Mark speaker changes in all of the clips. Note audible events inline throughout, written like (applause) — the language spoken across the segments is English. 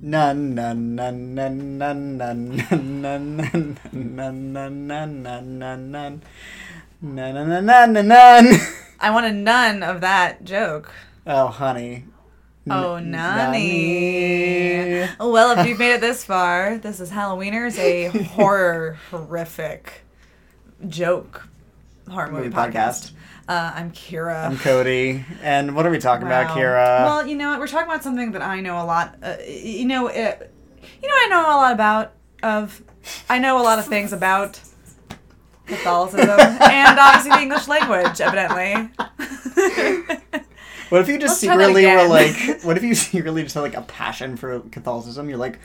Speaker 1: Na na na na na na na na na na na na na na na na na na na na na.
Speaker 2: I want a none of that joke.
Speaker 1: Oh, honey. N-
Speaker 2: Oh, nanny. Well, if you've made it this far, this is Halloweeners, a
Speaker 1: (laughs)
Speaker 2: horror horrific joke horror movie,
Speaker 1: Movie podcast.
Speaker 2: podcast. Uh, I'm Kira.
Speaker 1: I'm Cody, and what are we talking
Speaker 2: Wow.
Speaker 1: about, Kira?
Speaker 2: Well, you know what? We're talking about something that I know a lot. Uh, you know, it, you know, I know a lot about of. I know a lot of things about
Speaker 1: (laughs)
Speaker 2: Catholicism and obviously the English language, evidently. (laughs)
Speaker 1: what if you just
Speaker 2: let's try that
Speaker 1: secretly were
Speaker 2: again.
Speaker 1: like, what if you secretly just had like a passion for Catholicism? You're like,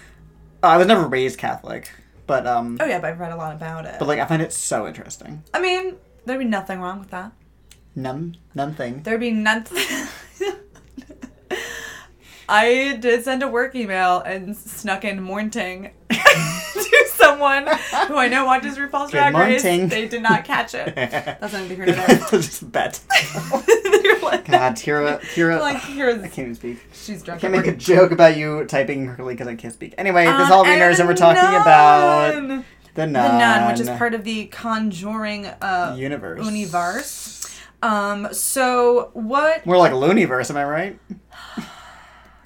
Speaker 1: oh, I was never raised Catholic, but um,
Speaker 2: oh yeah, but I've read a lot about it.
Speaker 1: but like I find it so interesting.
Speaker 2: I mean, there'd be nothing wrong with that.
Speaker 1: None, none thing.
Speaker 2: There'd be nothing. (laughs) I did send a work email and snuck in morning (laughs) to someone who I know watches RuPaul's
Speaker 1: Good
Speaker 2: Drag Race.
Speaker 1: morning.
Speaker 2: They did not
Speaker 1: (laughs)
Speaker 2: catch it.
Speaker 1: That's
Speaker 2: That's not to hear today.
Speaker 1: just a bet.
Speaker 2: (laughs) They're like,
Speaker 1: God, Kira, Kira.
Speaker 2: like
Speaker 1: I
Speaker 2: here's
Speaker 1: can't even speak.
Speaker 2: she's
Speaker 1: I
Speaker 2: drunk.
Speaker 1: can't make a joke about you typing hurley because I can't speak. Anyway, this is all wieners, and we're
Speaker 2: and
Speaker 1: talking about
Speaker 2: nun.
Speaker 1: the nun,
Speaker 2: Uh, the nun, which is part of the Conjuring uh,
Speaker 1: universe.
Speaker 2: universe. Um, so what?
Speaker 1: More like Looniverse, am I right?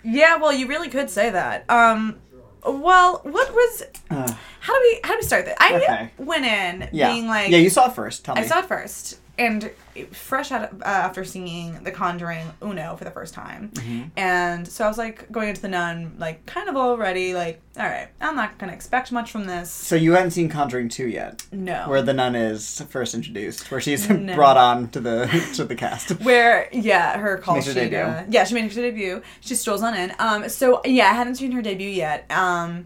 Speaker 2: Yeah, well, you really could say that. Um, well, what was?
Speaker 1: Ugh,
Speaker 2: How do we? How do we start this? I
Speaker 1: Okay.
Speaker 2: went in
Speaker 1: Uh, yeah.
Speaker 2: being like,
Speaker 1: yeah, you saw it first. Tell me.
Speaker 2: I saw it first, and fresh out of, uh, after seeing The Conjuring Uno for the first time,
Speaker 1: Mm-hmm.
Speaker 2: and so I was like going into the Nun, like kind of already like, all right, I'm not gonna expect much from this.
Speaker 1: so you hadn't seen Conjuring Two yet,
Speaker 2: No,
Speaker 1: where the nun is first introduced, where she's
Speaker 2: Oh.
Speaker 1: (laughs)
Speaker 2: No.
Speaker 1: brought on to the to the
Speaker 2: (laughs)
Speaker 1: cast.
Speaker 2: Where yeah, her call
Speaker 1: makes her
Speaker 2: sheet,
Speaker 1: debut.
Speaker 2: uh, yeah, she made her debut. She strolls on in. Um, so yeah, I hadn't seen her debut yet. Um,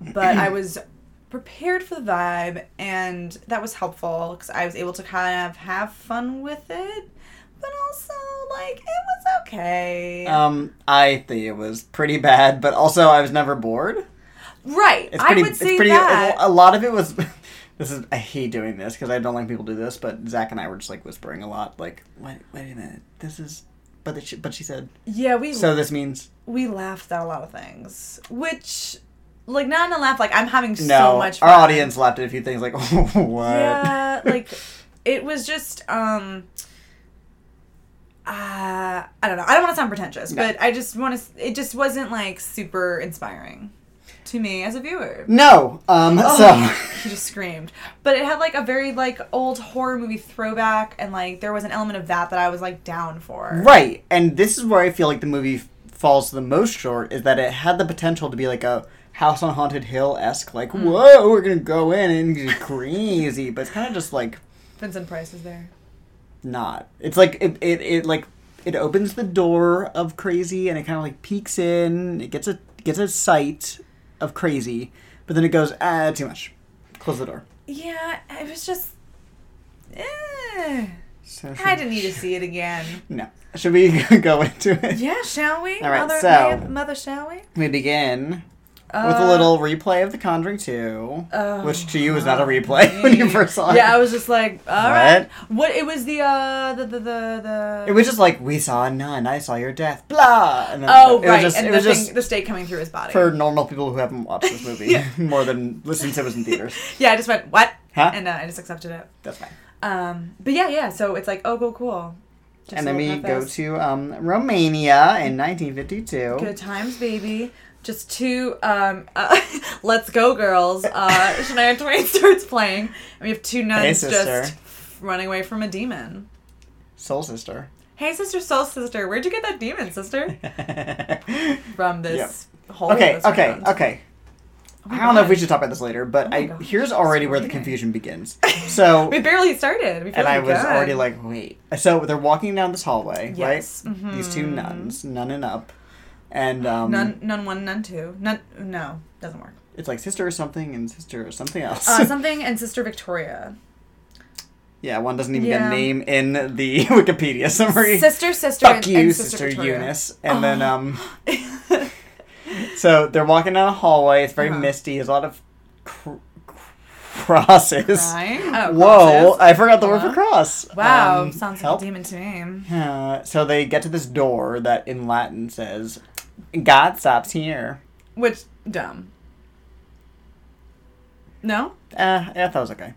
Speaker 2: but I was (clears throat) prepared for the vibe, and that was helpful because I was able to kind of have fun with it, but also like it was okay.
Speaker 1: Um, I think it was pretty bad, but also I was never bored.
Speaker 2: right,
Speaker 1: It's pretty.
Speaker 2: I would say
Speaker 1: it's pretty. uh,
Speaker 2: that.
Speaker 1: A lot of it was. (laughs) This is I hate doing this because I don't like people do this, but Zach and I were just like whispering a lot. Like, wait, wait a minute, this is. But she, but she said.
Speaker 2: yeah, we
Speaker 1: So this means
Speaker 2: we laughed at a lot of things, which like not in a laugh. Like I'm having
Speaker 1: no.
Speaker 2: so much.
Speaker 1: our
Speaker 2: fun.
Speaker 1: audience laughed at a few things like (laughs) what?
Speaker 2: (laughs) Yeah, like it was just um uh, I don't know. I don't want to sound pretentious,
Speaker 1: No.
Speaker 2: but I just want to. It just wasn't like super inspiring to me as a viewer.
Speaker 1: No. Um.
Speaker 2: Oh. He just screamed, but it had like a very like old horror movie throwback, and like there was an element of that that I was like down for.
Speaker 1: So (laughs) right, and this is where I feel like the movie f- falls the most short is that it had the potential to be like a. House on Haunted Hill esque, like,
Speaker 2: Hmm.
Speaker 1: whoa, we're gonna go in and get crazy, but it's kind of just like
Speaker 2: Vincent Price is there.
Speaker 1: not. It's like it, it, it like it opens the door of crazy and it kind of like peeks in. It gets a gets a sight of crazy, but then it goes ah too much. Close the door.
Speaker 2: Yeah, it was just. Eh,
Speaker 1: So
Speaker 2: I didn't need to see it again.
Speaker 1: No. Should we (laughs) go into it?
Speaker 2: Yeah, shall we?
Speaker 1: All right,
Speaker 2: mother,
Speaker 1: so-
Speaker 2: mother, shall we?
Speaker 1: We begin with
Speaker 2: Uh,
Speaker 1: a little replay of The Conjuring Two,
Speaker 2: Oh,
Speaker 1: which to you was not a replay (laughs) when you first saw it.
Speaker 2: Yeah, I was just like, all
Speaker 1: What?
Speaker 2: right. What? It was the uh the the the. the
Speaker 1: It was just like we saw a nun, I saw your death, blah. And then
Speaker 2: oh
Speaker 1: it
Speaker 2: right,
Speaker 1: was just,
Speaker 2: and
Speaker 1: it
Speaker 2: the
Speaker 1: was
Speaker 2: thing,
Speaker 1: just
Speaker 2: the stake coming through his body.
Speaker 1: for normal people who haven't watched this
Speaker 2: (laughs)
Speaker 1: movie more than since it was in theaters.
Speaker 2: yeah, I just went what,
Speaker 1: Huh?
Speaker 2: and uh, I just accepted it.
Speaker 1: That's fine.
Speaker 2: Um, but yeah, yeah. So it's like, oh, cool, cool. Just
Speaker 1: and
Speaker 2: a
Speaker 1: then we
Speaker 2: little
Speaker 1: go
Speaker 2: preface.
Speaker 1: to um, Romania in 1952.
Speaker 2: good times, baby. Just two, um, uh, (laughs) let's go, girls. Uh,
Speaker 1: (laughs)
Speaker 2: Shania Twain starts playing, and we have two nuns
Speaker 1: sister.
Speaker 2: just running away from a demon.
Speaker 1: Soul
Speaker 2: (laughs)
Speaker 1: Sister.
Speaker 2: Hey, sister, soul sister, where'd you get that demon,
Speaker 1: (laughs)
Speaker 2: sister?
Speaker 1: okay,
Speaker 2: From this whole.
Speaker 1: okay, okay,
Speaker 2: Oh
Speaker 1: I don't know if we should talk about this later, but
Speaker 2: my
Speaker 1: I
Speaker 2: God,
Speaker 1: here's already where the
Speaker 2: screaming.
Speaker 1: confusion
Speaker 2: (laughs)
Speaker 1: begins. So,
Speaker 2: We barely started. We
Speaker 1: and I
Speaker 2: barely
Speaker 1: was
Speaker 2: begun.
Speaker 1: already like, wait. So they're walking down this hallway,
Speaker 2: Yes,
Speaker 1: right?
Speaker 2: mhm.
Speaker 1: These two nuns, nunning up, and um,
Speaker 2: none, none one, none two, none. No,
Speaker 1: (laughs)
Speaker 2: doesn't work.
Speaker 1: it's like sister or something and sister or something else.
Speaker 2: Uh, something and Sister Victoria.
Speaker 1: (laughs) yeah, one doesn't even
Speaker 2: yeah.
Speaker 1: get a name in the (laughs) Wikipedia summary.
Speaker 2: Sister, sister,
Speaker 1: Fuck
Speaker 2: and,
Speaker 1: you,
Speaker 2: and
Speaker 1: Sister,
Speaker 2: sister Oh. Victoria. (laughs)
Speaker 1: Eunice. And then um. So they're walking down a hallway. It's very
Speaker 2: Uh-huh.
Speaker 1: misty. There's a lot of cr- (laughs) crosses.
Speaker 2: Crying? Oh,
Speaker 1: Whoa!
Speaker 2: crosses.
Speaker 1: I forgot the word for
Speaker 2: Uh-huh.
Speaker 1: cross.
Speaker 2: Wow,
Speaker 1: Um,
Speaker 2: sounds like
Speaker 1: help.
Speaker 2: a demon to me.
Speaker 1: Uh, so they get to this door that in Latin says, "God stops here."
Speaker 2: Which dumb. No?
Speaker 1: Uh, yeah, I thought it was okay.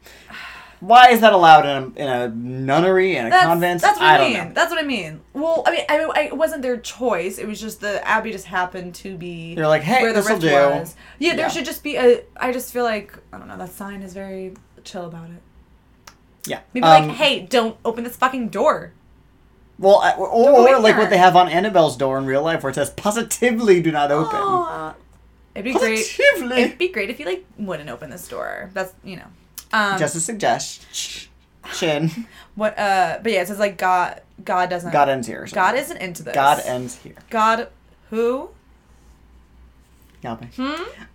Speaker 1: Why is that allowed in a, in a nunnery and a
Speaker 2: That's,
Speaker 1: convent?
Speaker 2: that's what
Speaker 1: I
Speaker 2: I,
Speaker 1: don't
Speaker 2: mean.
Speaker 1: know.
Speaker 2: That's what I mean. Well, I mean, I, I, it wasn't their choice. It was just the abbey just happened to be
Speaker 1: They're like, hey,
Speaker 2: where the
Speaker 1: this'll
Speaker 2: rift
Speaker 1: do.
Speaker 2: was. Yeah, there
Speaker 1: Yeah.
Speaker 2: should just be a. I just feel like I don't know. That sign is very chill about it.
Speaker 1: Yeah.
Speaker 2: Maybe
Speaker 1: Um,
Speaker 2: like, hey, don't open this fucking door.
Speaker 1: Well, I- or,
Speaker 2: go in
Speaker 1: like
Speaker 2: there.
Speaker 1: what they have on Annabelle's door in real life, where it says "positively do not open."
Speaker 2: Aw. it'd be Oh, great.
Speaker 1: Positively.
Speaker 2: It'd be great if you like wouldn't open this door. That's you know. Um,
Speaker 1: Just a suggestion.
Speaker 2: what? Uh, but yeah, it says like God. God doesn't.
Speaker 1: God ends here. or something.
Speaker 2: God isn't into this.
Speaker 1: God ends here.
Speaker 2: God.
Speaker 1: (laughs)
Speaker 2: Who?
Speaker 1: Yahweh.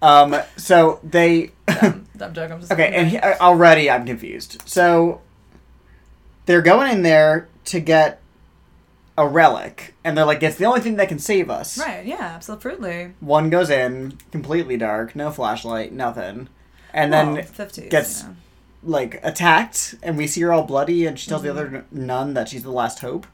Speaker 1: Um. So they.
Speaker 2: Um, Dumb joke. I'm just
Speaker 1: Okay, and he, uh, already I'm confused. So they're going in there to get a relic, and they're like, "It's the only thing that can save us."
Speaker 2: Right. Yeah. Absolutely.
Speaker 1: One goes in completely dark, no flashlight, nothing, and then
Speaker 2: Well, 50s,
Speaker 1: gets
Speaker 2: you know.
Speaker 1: like attacked, and we see her all bloody, and she tells the
Speaker 2: Mm-hmm.
Speaker 1: other n- nun that she's the last hope.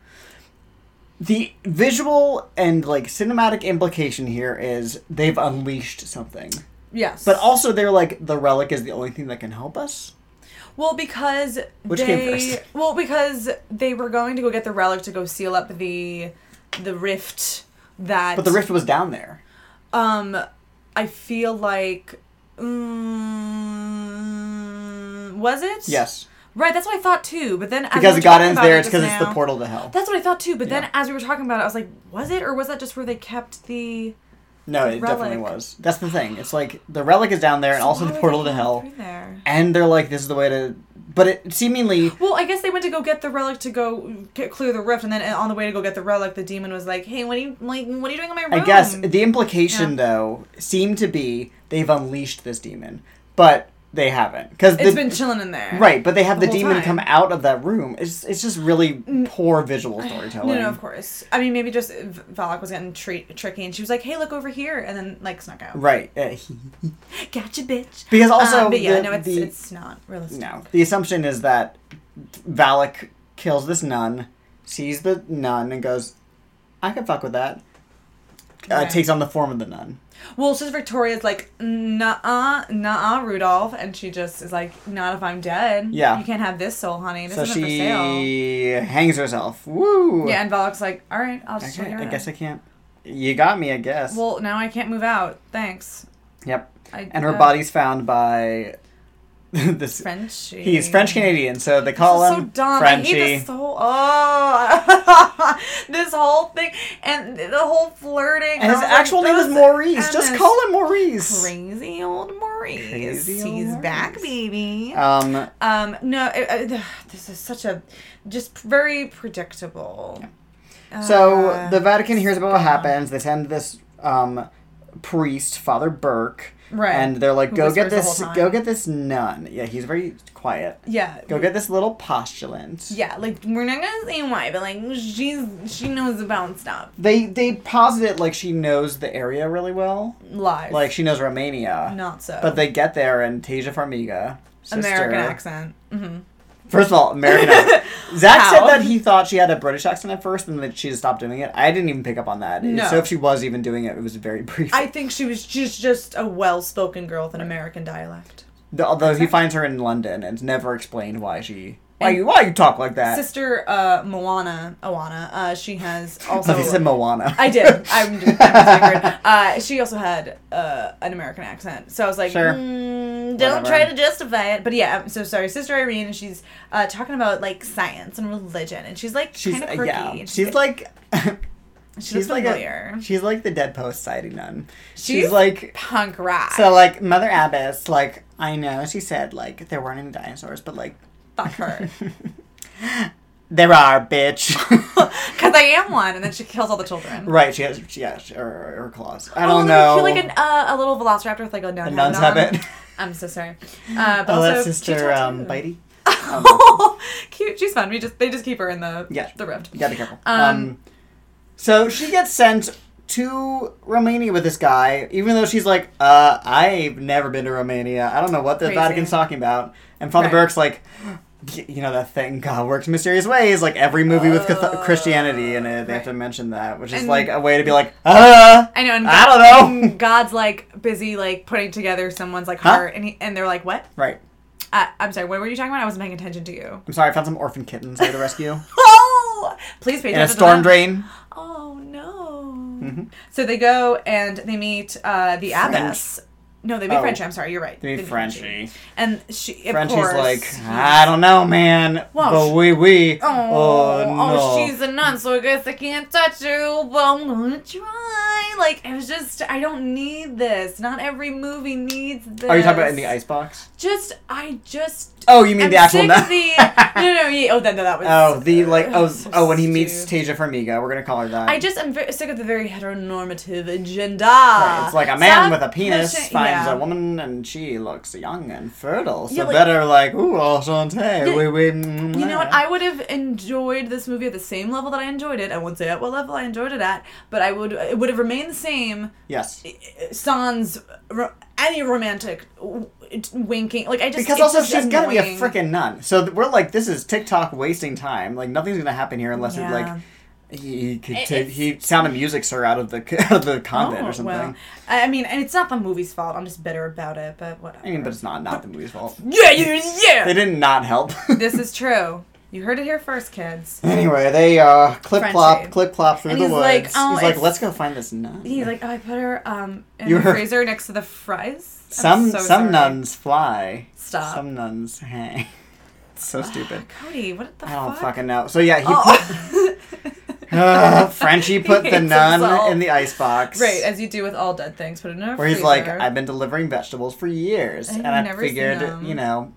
Speaker 1: The visual and like cinematic implication here is they've unleashed something,
Speaker 2: Yes.
Speaker 1: but also they're like the relic is the only thing that can help us.
Speaker 2: well because
Speaker 1: Which
Speaker 2: they
Speaker 1: came first?
Speaker 2: (laughs) well because they were going to go get the relic to go seal up the the rift that
Speaker 1: But the rift was down there.
Speaker 2: um I feel like mm, was it
Speaker 1: Yes.
Speaker 2: right that's what I thought too but then as we
Speaker 1: Because
Speaker 2: were
Speaker 1: it got
Speaker 2: talking
Speaker 1: ends
Speaker 2: about
Speaker 1: there,
Speaker 2: it
Speaker 1: it's because
Speaker 2: just
Speaker 1: it's the
Speaker 2: now-
Speaker 1: portal to hell.
Speaker 2: That's what I thought too, but
Speaker 1: Yeah.
Speaker 2: then as we were talking about it, I was like, was it or was that just where they kept the?
Speaker 1: No, it definitely
Speaker 2: relic.
Speaker 1: was. That's the thing. It's like the relic is down there and also
Speaker 2: Why
Speaker 1: the
Speaker 2: were they
Speaker 1: portal to
Speaker 2: going
Speaker 1: hell.
Speaker 2: through There?
Speaker 1: And they're like, this is the way to. But it seemingly.
Speaker 2: Well, I guess they went to go get the relic to go get, clear the rift, and then on the way to go get the relic, the demon was like, "Hey, what are you like? What are you doing in my room?"
Speaker 1: I guess the implication, though, seemed to be they've unleashed this demon. But they haven't. Because
Speaker 2: it's
Speaker 1: the.
Speaker 2: been chilling in there,
Speaker 1: Right, but they have
Speaker 2: the
Speaker 1: the,
Speaker 2: whole
Speaker 1: demon
Speaker 2: time. Mm.
Speaker 1: come out of that room. It's it's just really poor visual storytelling.
Speaker 2: (sighs) No, no, of course. I mean, maybe just V- Valak was getting tre- tricky, and she was like, "Hey, look over here," and then like snuck out.
Speaker 1: Right. Uh, he-
Speaker 2: Gotcha, bitch.
Speaker 1: because also,
Speaker 2: Um, but yeah,
Speaker 1: the-
Speaker 2: no, it's
Speaker 1: the-
Speaker 2: it's not realistic.
Speaker 1: No. The assumption is that Valak kills this nun, sees the nun, and goes, I could fuck with that. Uh,
Speaker 2: Right.
Speaker 1: Takes on the form of the nun.
Speaker 2: Well, it's just Victoria's like, "Nah, nah, Rudolph," and she just is like, "Not if I'm dead.
Speaker 1: Yeah.
Speaker 2: you can't have this soul, honey. This
Speaker 1: so
Speaker 2: isn't for sale."
Speaker 1: she hangs herself. Woo!
Speaker 2: Yeah, and Valak's like, "All right, I'll
Speaker 1: I,
Speaker 2: just
Speaker 1: can't-
Speaker 2: figure
Speaker 1: I
Speaker 2: it out."
Speaker 1: guess I can't. You got me, I guess.
Speaker 2: Well, now I can't move out. Thanks.
Speaker 1: yep.
Speaker 2: I,
Speaker 1: And her
Speaker 2: uh,
Speaker 1: body's found by (laughs) this.
Speaker 2: French.
Speaker 1: He's French Canadian, so they
Speaker 2: This
Speaker 1: call
Speaker 2: is so
Speaker 1: him
Speaker 2: dumb.
Speaker 1: Frenchie.
Speaker 2: I hate this whole oh, (laughs) this whole thing and the whole flirting.
Speaker 1: and his
Speaker 2: I was like,
Speaker 1: actual name is
Speaker 2: those-
Speaker 1: Maurice.
Speaker 2: and
Speaker 1: Just
Speaker 2: this
Speaker 1: call him Maurice.
Speaker 2: Crazy old Maurice.
Speaker 1: Crazy old
Speaker 2: He's back,
Speaker 1: Maurice.
Speaker 2: baby.
Speaker 1: Um,
Speaker 2: um, no, it, uh, this is such a just very predictable.
Speaker 1: So
Speaker 2: Uh,
Speaker 1: the Vatican hears about what happens. They send this um, priest, Father Burke,
Speaker 2: Right.
Speaker 1: and they're like,
Speaker 2: Who
Speaker 1: "Go get
Speaker 2: whispers
Speaker 1: this,
Speaker 2: the whole
Speaker 1: go
Speaker 2: time.
Speaker 1: get this nun." Yeah, he's very quiet.
Speaker 2: yeah.
Speaker 1: Go get this little postulant.
Speaker 2: yeah, like we're not gonna say why, but like she's she knows about stuff.
Speaker 1: They they posit it like she knows the area really well,
Speaker 2: Lies.
Speaker 1: like she knows Romania.
Speaker 2: not so.
Speaker 1: But they get there and Tasia Farmiga, sister,
Speaker 2: American accent. hmm
Speaker 1: First of all, American
Speaker 2: (laughs)
Speaker 1: accent. Zach said
Speaker 2: How?
Speaker 1: that he thought she had a British accent at first, and that she just stopped doing it. I didn't even pick up on that.
Speaker 2: No.
Speaker 1: So if she was even doing it, it was very brief.
Speaker 2: I think she was just just a well-spoken girl with an American dialect.
Speaker 1: The- Although he finds her in London and it's never explained why she why you why you talk like that.
Speaker 2: Sister uh, Moana, Oana, uh, she
Speaker 1: (laughs)
Speaker 2: has also.
Speaker 1: Oh, he said Moana.
Speaker 2: I did. I'm just, I'm just being
Speaker 1: (laughs)
Speaker 2: rude. Uh, she also had uh, an American accent, so I was like,
Speaker 1: Sure.
Speaker 2: "Mm, don't
Speaker 1: Whatever.
Speaker 2: try to justify it. But yeah, I'm so sorry, Sister Irene, and she's uh, talking about like science and religion, and she's like
Speaker 1: (laughs) she's
Speaker 2: kind of
Speaker 1: uh,
Speaker 2: quirky.
Speaker 1: yeah.
Speaker 2: and
Speaker 1: She's, like
Speaker 2: she
Speaker 1: she's
Speaker 2: looks
Speaker 1: like
Speaker 2: familiar.
Speaker 1: a, she's like the Dead Post Society nun. She's,
Speaker 2: She's
Speaker 1: like
Speaker 2: punk rock.
Speaker 1: so like Mother Abbess. Like I know she said like there weren't any dinosaurs, but like
Speaker 2: Fuck
Speaker 1: (laughs)
Speaker 2: her,
Speaker 1: there are, bitch. (laughs)
Speaker 2: because I am one, and then she kills all the children.
Speaker 1: right? She has she has her, her claws. I
Speaker 2: Oh,
Speaker 1: don't
Speaker 2: no,
Speaker 1: know.
Speaker 2: Cute, like an, uh, a little velociraptor with like a nun.
Speaker 1: nun's
Speaker 2: hat on.
Speaker 1: habit.
Speaker 2: (laughs) I'm so sorry. Uh, but
Speaker 1: oh,
Speaker 2: also,
Speaker 1: that's
Speaker 2: cute
Speaker 1: Sister um, Bitey.
Speaker 2: tattoo. (laughs) cute. She's fun. We just they just keep her in the
Speaker 1: Yeah.
Speaker 2: the rift.
Speaker 1: You gotta be careful. Um,
Speaker 2: Um,
Speaker 1: so she gets sent to Romania with this guy, even though she's like, uh, I've never been to Romania. I don't know what the
Speaker 2: Crazy.
Speaker 1: Vatican's talking about. And Father
Speaker 2: Right.
Speaker 1: Burke's like, y- you know that thing God works mysterious ways. Like every movie with Cath-
Speaker 2: Oh,
Speaker 1: Christianity in it, they have
Speaker 2: right.
Speaker 1: to mention that, which is
Speaker 2: And-
Speaker 1: like a way to be like, ah,
Speaker 2: I know. And
Speaker 1: I
Speaker 2: God-
Speaker 1: don't know.
Speaker 2: (laughs) and God's like busy like putting together someone's like
Speaker 1: Huh?
Speaker 2: heart, and he, and they're like, "What?
Speaker 1: right.
Speaker 2: Uh, I'm sorry. What were you talking about? I wasn't paying attention to
Speaker 1: (laughs)
Speaker 2: you."
Speaker 1: I'm sorry, I found some orphan kittens I had to rescue
Speaker 2: Oh, please pay
Speaker 1: in a
Speaker 2: attention. to
Speaker 1: storm
Speaker 2: that.
Speaker 1: drain. Mm-hmm.
Speaker 2: Oh no. So they go and they meet uh, the
Speaker 1: French.
Speaker 2: abbess. No, they meet
Speaker 1: Oh.
Speaker 2: Frenchie. I'm sorry, you're right.
Speaker 1: They meet Frenchie.
Speaker 2: And she, of
Speaker 1: Frenchie's
Speaker 2: course,
Speaker 1: like, "Ah, I don't know, man,
Speaker 2: Well,
Speaker 1: but
Speaker 2: she-
Speaker 1: we we.
Speaker 2: Oh,
Speaker 1: oh no.
Speaker 2: oh, she's a nun, so I guess I can't touch you, but I'm gonna try. Like, it was just, I don't need this. Not every movie needs this.
Speaker 1: Are you talking about in the icebox?
Speaker 2: Just, I just.
Speaker 1: Oh, you mean
Speaker 2: I'm
Speaker 1: the actual
Speaker 2: sick
Speaker 1: nun? (laughs)
Speaker 2: of the- no, (laughs) no, no, yeah, oh, then no, that was.
Speaker 1: Oh, the like
Speaker 2: (sighs)
Speaker 1: oh
Speaker 2: so
Speaker 1: oh when he meets
Speaker 2: stupid.
Speaker 1: Tasia Farmiga, we're gonna call her that.
Speaker 2: I just am very sick of the very heteronormative agenda.
Speaker 1: Right, It's like a man
Speaker 2: uh, Stop
Speaker 1: with a penis
Speaker 2: pushing-
Speaker 1: finds
Speaker 2: yeah.
Speaker 1: a woman and she looks young and fertile. So
Speaker 2: Yeah, like-
Speaker 1: better like, ooh, enchanté, we mm, we.
Speaker 2: You know what? I would have enjoyed this movie at the same level that I enjoyed it. I won't say at what level I enjoyed it at, but I would it would have remained the same.
Speaker 1: Yes.
Speaker 2: Sans ro- any romantic w- winking, like I just
Speaker 1: Because
Speaker 2: it's
Speaker 1: also
Speaker 2: just
Speaker 1: she's gotta be a
Speaker 2: annoying.
Speaker 1: freaking nun. So th- we're like, this is TikTok wasting time. Like nothing's gonna happen here unless
Speaker 2: Yeah.
Speaker 1: it like. He, he could
Speaker 2: It-
Speaker 1: ta-
Speaker 2: it's-
Speaker 1: he sound a music sir out of the c- (laughs) out of the convent
Speaker 2: Oh,
Speaker 1: or something.
Speaker 2: well, I I mean, and it's not the movie's fault. I'm just bitter about it, but whatever.
Speaker 1: I mean, but it's not not the movie's fault.
Speaker 2: yeah, yeah,
Speaker 1: They
Speaker 2: yeah.
Speaker 1: did not help. (laughs)
Speaker 2: this is true. You heard it here first, kids.
Speaker 1: anyway, they uh clip
Speaker 2: Frenchie.
Speaker 1: plop clip plop through
Speaker 2: And
Speaker 1: the
Speaker 2: he's
Speaker 1: woods.
Speaker 2: like, "Oh,
Speaker 1: he's like,
Speaker 2: it's-
Speaker 1: let's go find this nun.
Speaker 2: He's like, oh, I put her um in
Speaker 1: You
Speaker 2: the
Speaker 1: heard-
Speaker 2: freezer next to the fries. I'm
Speaker 1: Some
Speaker 2: so
Speaker 1: some
Speaker 2: sorry.
Speaker 1: nuns fly.
Speaker 2: Stop.
Speaker 1: Some nuns hang. (laughs) it's so stupid.
Speaker 2: Cody, what (sighs) the
Speaker 1: I don't
Speaker 2: fuck?
Speaker 1: fucking know. So yeah, he
Speaker 2: (laughs) Oh.
Speaker 1: put (laughs) uh, Frenchie put
Speaker 2: (laughs) He
Speaker 1: the
Speaker 2: hates
Speaker 1: nun
Speaker 2: himself.
Speaker 1: in the icebox.
Speaker 2: Right, as you do with all dead things, put it in a
Speaker 1: Where he's
Speaker 2: freezer.
Speaker 1: like, I've been delivering vegetables for years,
Speaker 2: And
Speaker 1: and,
Speaker 2: you've
Speaker 1: I
Speaker 2: never seen them."
Speaker 1: figured, you know,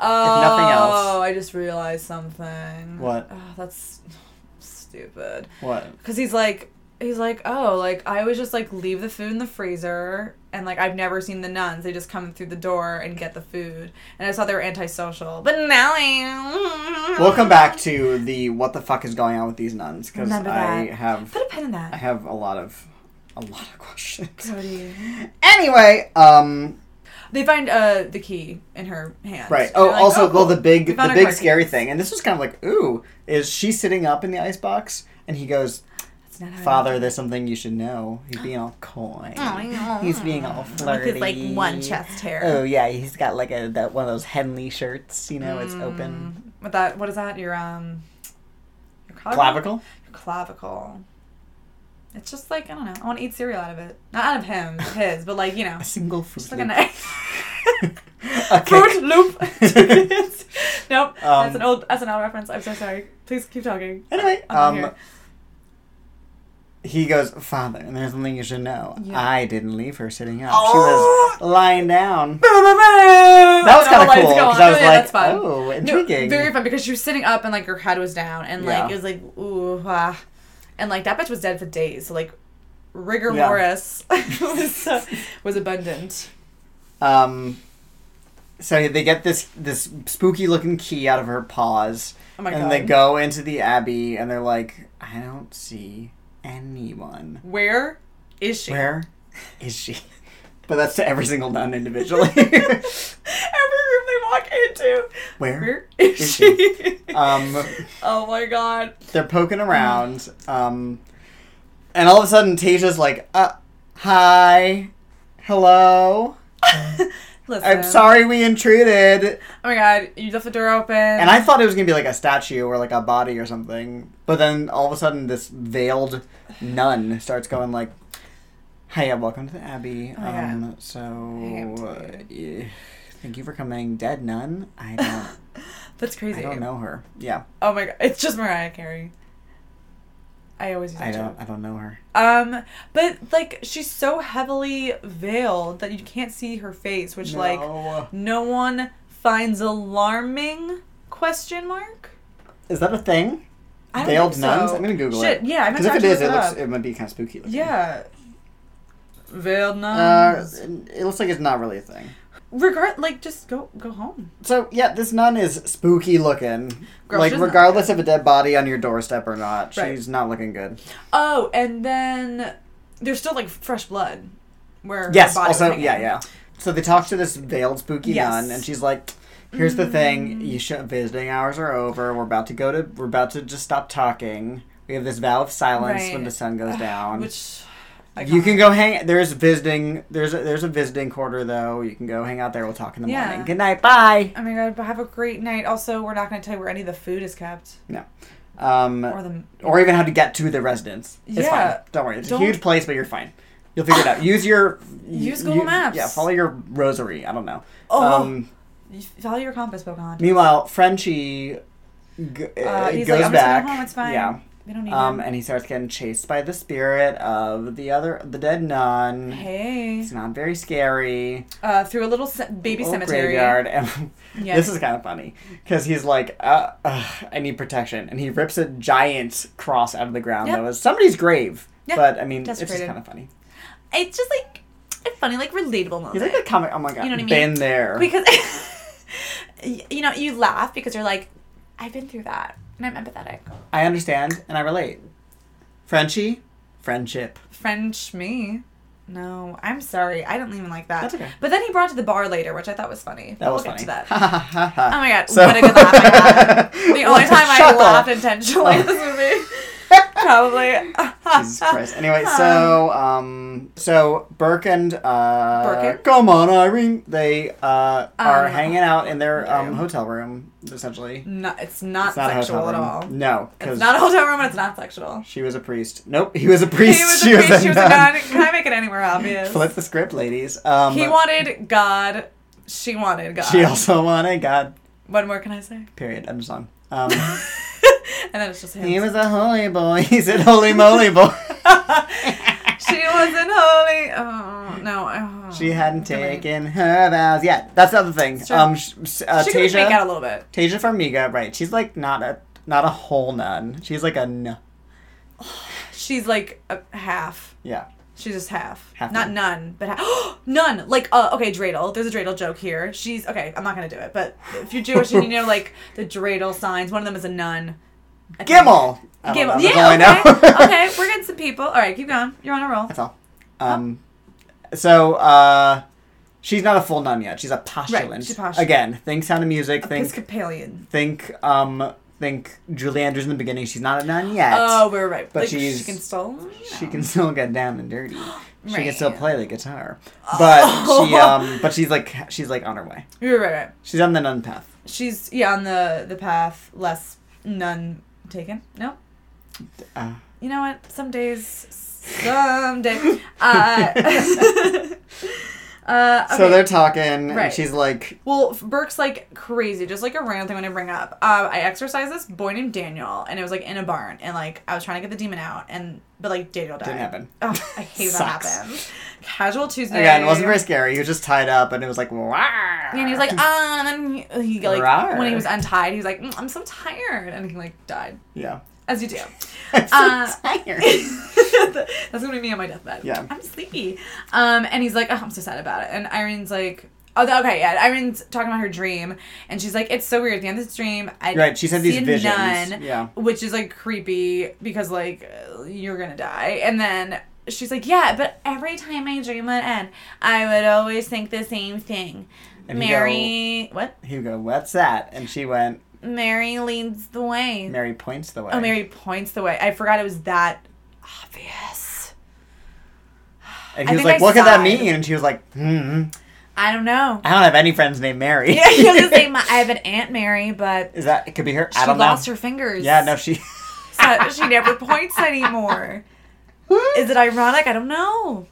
Speaker 2: oh,
Speaker 1: nothing else.
Speaker 2: I just realized something.
Speaker 1: What?
Speaker 2: Oh, that's stupid.
Speaker 1: what?
Speaker 2: Because he's like, he's like, oh, like I always just like leave the food in the freezer, and like I've never seen the nuns. They just come through the door and get the food, and I thought they were antisocial, but now I.
Speaker 1: We'll come back to the what the fuck is going on with these nuns because
Speaker 2: Remember
Speaker 1: I
Speaker 2: that.
Speaker 1: have
Speaker 2: Put a pin in
Speaker 1: I
Speaker 2: that,
Speaker 1: have a lot of a lot of (laughs) questions.
Speaker 2: Cody.
Speaker 1: Anyway, um,
Speaker 2: They find uh the key in her hand.
Speaker 1: Right.
Speaker 2: And
Speaker 1: Oh,
Speaker 2: they're like,
Speaker 1: also, well,
Speaker 2: cool.
Speaker 1: the big,
Speaker 2: We
Speaker 1: the
Speaker 2: found our
Speaker 1: big
Speaker 2: car
Speaker 1: scary
Speaker 2: keys.
Speaker 1: thing, and this was kind of like, ooh, is she sitting up in the icebox? And he goes,
Speaker 2: That's not how I-
Speaker 1: "Father, there's something you should know." He's being all coy.
Speaker 2: Oh,
Speaker 1: He's being all
Speaker 2: With
Speaker 1: flirty.
Speaker 2: his like one chest hair.
Speaker 1: Oh yeah, he's got like a that one of those Henley shirts. You know, it's open
Speaker 2: With that, what is that? Your um, your clavicle.
Speaker 1: clavicle.
Speaker 2: Your clavicle. It's just like I don't know. I want to eat cereal out of it, not out of him, his, but like you
Speaker 1: (laughs)
Speaker 2: know,
Speaker 1: A single fruit.
Speaker 2: just like a
Speaker 1: Loop. (laughs)
Speaker 2: nice
Speaker 1: A
Speaker 2: fruit
Speaker 1: kick.
Speaker 2: (laughs) loop.
Speaker 1: (laughs)
Speaker 2: nope, that's
Speaker 1: Um,
Speaker 2: an old SNL reference. I'm so sorry. Please keep talking.
Speaker 1: Anyway,
Speaker 2: I'm not
Speaker 1: um,
Speaker 2: here.
Speaker 1: He goes, Father, and there's something you should know.
Speaker 2: Yeah.
Speaker 1: I didn't leave her sitting up.
Speaker 2: Oh!
Speaker 1: She was lying down.
Speaker 2: that
Speaker 1: (laughs) That was kind of cool because I was like,
Speaker 2: that's fun.
Speaker 1: oh,
Speaker 2: No,
Speaker 1: intriguing.
Speaker 2: very fun because she was sitting up and like her head was down and like
Speaker 1: Yeah.
Speaker 2: it was like ooh ah. and like that bitch was dead for days so like rigor
Speaker 1: Yeah.
Speaker 2: mortis (laughs) was, uh, was abundant
Speaker 1: Um, so they get this this spooky looking key out of her paws,
Speaker 2: oh my
Speaker 1: and
Speaker 2: god
Speaker 1: they go into the abbey, and they're like, "I don't see anyone.
Speaker 2: where is she
Speaker 1: Where is she?" (laughs) But that's to every single nun (laughs) individually.
Speaker 2: every room (laughs) they walk into
Speaker 1: Where?
Speaker 2: where is,
Speaker 1: Is
Speaker 2: she,
Speaker 1: Um,
Speaker 2: (laughs) oh my god (laughs)
Speaker 1: they're poking around, um, and all of a sudden Tasia's like, "Uh, hi, hello.
Speaker 2: listen
Speaker 1: I'm sorry we intruded."
Speaker 2: oh my god you left the door open
Speaker 1: And I thought it was gonna be like a statue or like a body or something, but then all of a sudden this veiled nun starts going like, "Hi, uh, welcome to the abbey.
Speaker 2: Oh, yeah.
Speaker 1: um, so uh,
Speaker 2: Hey,
Speaker 1: eh, thank you for coming, dead nun. I don't,
Speaker 2: that's crazy
Speaker 1: I don't know her. Yeah,
Speaker 2: oh my god it's just Mariah Carey I always use that
Speaker 1: I
Speaker 2: joke.
Speaker 1: don't, I don't know her.
Speaker 2: Um, but like she's so heavily veiled that you can't see her face, which like
Speaker 1: No.
Speaker 2: no one finds alarming question mark.
Speaker 1: is that a thing?
Speaker 2: I don't
Speaker 1: Veiled
Speaker 2: think so.
Speaker 1: nuns. I'm gonna Google
Speaker 2: Shit,
Speaker 1: it.
Speaker 2: yeah, I'm
Speaker 1: Because
Speaker 2: gonna
Speaker 1: if it
Speaker 2: try
Speaker 1: is,
Speaker 2: to
Speaker 1: it
Speaker 2: look
Speaker 1: looks,
Speaker 2: up.
Speaker 1: it might be kind of spooky. Looking.
Speaker 2: Yeah. Veiled
Speaker 1: Uh,
Speaker 2: nuns.
Speaker 1: it looks like it's not really a thing.
Speaker 2: Regard like just go go home.
Speaker 1: So yeah, this nun is spooky looking.
Speaker 2: Girl,
Speaker 1: like
Speaker 2: she's not
Speaker 1: regardless of a dead body on your doorstep or not,
Speaker 2: Right.
Speaker 1: she's not looking good.
Speaker 2: Oh, and then there's still like fresh blood. Where her
Speaker 1: yes.
Speaker 2: body was
Speaker 1: Also,
Speaker 2: hanging.
Speaker 1: yeah, yeah. So they talk to this veiled spooky
Speaker 2: Yes. Mm.
Speaker 1: nun, and she's like, Here's the thing: you should, visiting hours are over. We're about to go to. We're about to just stop talking. We have this vow of silence when
Speaker 2: Right.
Speaker 1: the sun goes down.
Speaker 2: Which I
Speaker 1: you can go hang. There's visiting. There's a, there's a visiting quarter though. You can go hang out there. We'll talk in the
Speaker 2: Yeah.
Speaker 1: morning. Good night. Bye.
Speaker 2: Oh my god! But have a great night. Also, we're not going to tell you where any of the food is kept
Speaker 1: Um,
Speaker 2: or the.
Speaker 1: or even how to get to the residence. It's
Speaker 2: Yeah.
Speaker 1: fine. Don't worry. It's
Speaker 2: Don't-
Speaker 1: a huge place, but you're fine. You'll figure it out. Use your
Speaker 2: Use
Speaker 1: you-
Speaker 2: Google Maps.
Speaker 1: Yeah, follow your rosary. I don't know.
Speaker 2: Oh.
Speaker 1: Um,
Speaker 2: You Follow your compass, Pocahontas.
Speaker 1: meanwhile, Frenchie g-
Speaker 2: Uh,
Speaker 1: uh,
Speaker 2: he's
Speaker 1: goes
Speaker 2: like, I'm
Speaker 1: back.
Speaker 2: just going home. It's fine.
Speaker 1: Yeah.
Speaker 2: We don't need
Speaker 1: Um,
Speaker 2: him.
Speaker 1: and he starts getting chased by the spirit of the other, the dead nun.
Speaker 2: Hey,
Speaker 1: It's not very scary.
Speaker 2: uh, through a little ce- baby
Speaker 1: Little
Speaker 2: cemetery.
Speaker 1: Oh, graveyard. And (laughs)
Speaker 2: Yeah.
Speaker 1: this is kind of funny because he's like, uh, uh, I need protection, and he rips a giant cross out of the ground
Speaker 2: Yeah.
Speaker 1: that was somebody's grave.
Speaker 2: Yeah.
Speaker 1: But I mean, it's
Speaker 2: Desecrated.
Speaker 1: just kind of funny.
Speaker 2: It's just like it's funny, like relatable moment.
Speaker 1: He's like the comic. Oh my god,
Speaker 2: You know what I mean?
Speaker 1: been there. (laughs)
Speaker 2: because y- you know you laugh because you're like, I've been through that, and I'm empathetic.
Speaker 1: I understand and I relate. Frenchie, friendship.
Speaker 2: French me. No, I'm sorry. I didn't even like that.
Speaker 1: That's okay.
Speaker 2: But then he brought it to the bar later, which I thought was funny.
Speaker 1: That
Speaker 2: But
Speaker 1: was
Speaker 2: we'll
Speaker 1: funny. (laughs)
Speaker 2: Get to that.
Speaker 1: that.
Speaker 2: Oh my god,
Speaker 1: So-
Speaker 2: what a good laugh I
Speaker 1: (laughs)
Speaker 2: had. The only
Speaker 1: What?
Speaker 2: time I
Speaker 1: Shut up.
Speaker 2: laughed
Speaker 1: Oh.
Speaker 2: intentionally in this movie.
Speaker 1: (laughs)
Speaker 2: Probably.
Speaker 1: Jesus Christ. Anyway,
Speaker 2: (laughs)
Speaker 1: so um, so Burke and uh,
Speaker 2: Burke?
Speaker 1: come on, Irene. They uh, are
Speaker 2: Um,
Speaker 1: hanging out in their um,
Speaker 2: room.
Speaker 1: hotel room, essentially.
Speaker 2: No, it's not,
Speaker 1: It's not a
Speaker 2: sexual
Speaker 1: hotel
Speaker 2: at
Speaker 1: room.
Speaker 2: all.
Speaker 1: No,
Speaker 2: It's
Speaker 1: because
Speaker 2: not a hotel room and it's not sexual.
Speaker 1: she was a priest. Nope, he was a
Speaker 2: (laughs) He
Speaker 1: priest.
Speaker 2: was
Speaker 1: she
Speaker 2: a priest,
Speaker 1: was a
Speaker 2: she was a
Speaker 1: nun.
Speaker 2: nun. Can I make
Speaker 1: (laughs)
Speaker 2: it any more obvious?
Speaker 1: Flip the script, ladies. Um,
Speaker 2: He wanted God. She wanted God.
Speaker 1: She also wanted God.
Speaker 2: What more can I say? (laughs)
Speaker 1: Period. End of song. Um,
Speaker 2: and then it's just him.
Speaker 1: he was a holy boy. (laughs) He said, "Holy moly,
Speaker 2: (laughs)
Speaker 1: boy."
Speaker 2: she wasn't holy. Oh no. Oh.
Speaker 1: She hadn't
Speaker 2: Come on.
Speaker 1: taken her vows yet. That's the other thing.
Speaker 2: Sure.
Speaker 1: Um, sh- s- uh,
Speaker 2: She could
Speaker 1: Tasia,
Speaker 2: just make out a little bit.
Speaker 1: Tasia from Miga, right? She's like not a not a whole nun. She's like a n-
Speaker 2: She's like a half.
Speaker 1: yeah.
Speaker 2: She's just half.
Speaker 1: Half
Speaker 2: Not
Speaker 1: nun.
Speaker 2: none, but half. (gasps) none. Like, uh, okay, dreidel. There's a dreidel joke here. She's, okay, I'm not going to do it, but if you're Jewish and you
Speaker 1: (laughs)
Speaker 2: know, like, the dreidel signs, one of them is a nun. I think.
Speaker 1: Gimel. I don't
Speaker 2: Gimel.
Speaker 1: know. That's all I
Speaker 2: Yeah,
Speaker 1: know. (laughs)
Speaker 2: okay. okay, we're getting some people. All right, keep going. You're on a roll.
Speaker 1: That's all. Um, so uh, she's not a full nun yet. She's a postulant.
Speaker 2: Right, she's a postulant.
Speaker 1: Again, think Sound of Music. Think
Speaker 2: Episcopalian.
Speaker 1: think um think Julie Andrews in the beginning. She's not a nun yet.
Speaker 2: Oh, we're right.
Speaker 1: But
Speaker 2: like, she
Speaker 1: she's-
Speaker 2: can still.
Speaker 1: She can still get down and dirty. She can still
Speaker 2: Right. Oh.
Speaker 1: play the guitar. But she um but she's like she's like on her way.
Speaker 2: You're right, right.
Speaker 1: She's on the nun path.
Speaker 2: She's, yeah, on the, the path, less none taken. No?
Speaker 1: Uh,
Speaker 2: You know what? Some days,
Speaker 1: (laughs)
Speaker 2: someday. Uh, uh,
Speaker 1: So
Speaker 2: okay.
Speaker 1: they're talking,
Speaker 2: Right.
Speaker 1: and she's like,
Speaker 2: Well, f- Burke's like crazy, just like a random thing I'm gonna bring up. Um, I exercised this boy named Daniel, and it was like in a barn, and like I was trying to get the demon out, and but like Daniel died.
Speaker 1: "Didn't happen."
Speaker 2: Ugh, I hate when
Speaker 1: (laughs)
Speaker 2: that
Speaker 1: Sucks.
Speaker 2: happens. Casual Tuesday.
Speaker 1: Again, it wasn't very scary. He was just tied up, and it was like, "Wah!"
Speaker 2: And he was like, ah, and then he, he like
Speaker 1: Rawr.
Speaker 2: when he was untied, he was like, mm, I'm so tired, and he like died, (laughs)
Speaker 1: "Yeah, (laughs)
Speaker 2: as you do.
Speaker 1: I'm so
Speaker 2: Uh, (laughs)
Speaker 1: tired."
Speaker 2: That's gonna be me on my deathbed.
Speaker 1: Yeah.
Speaker 2: I'm sleepy. Um, and he's like, oh, I'm so sad about it. And Irene's like, oh, th- okay, yeah. Irene's talking about her dream, and she's like, it's so weird. At the end of this dream, I
Speaker 1: Right, she's had these
Speaker 2: see a
Speaker 1: visions.
Speaker 2: nun,
Speaker 1: Yeah.
Speaker 2: which is like creepy because like uh, you're gonna die, and then. She's like, yeah, but every time my dream would end, I would always think the same thing.
Speaker 1: And you
Speaker 2: Mary, what?
Speaker 1: He would go, "What's that?" And she went,
Speaker 2: Mary leads the way.
Speaker 1: "Mary points the way."
Speaker 2: Oh, Mary points the way. I forgot it was that obvious.
Speaker 1: And
Speaker 2: I
Speaker 1: he was
Speaker 2: think
Speaker 1: like,
Speaker 2: I
Speaker 1: "What could that
Speaker 2: sighed.
Speaker 1: mean?" And she was like, "Hmm,
Speaker 2: I
Speaker 1: (laughs)
Speaker 2: don't know. (laughs)
Speaker 1: I don't have any friends named Mary."
Speaker 2: Yeah, you have to say my, I have an aunt Mary, but
Speaker 1: (laughs) Is that? It could be her.
Speaker 2: she
Speaker 1: I don't
Speaker 2: lost
Speaker 1: know.
Speaker 2: her fingers.
Speaker 1: Yeah,
Speaker 2: (laughs)
Speaker 1: no, she.
Speaker 2: so she never points anymore.
Speaker 1: (laughs)
Speaker 2: Is it ironic? I don't know.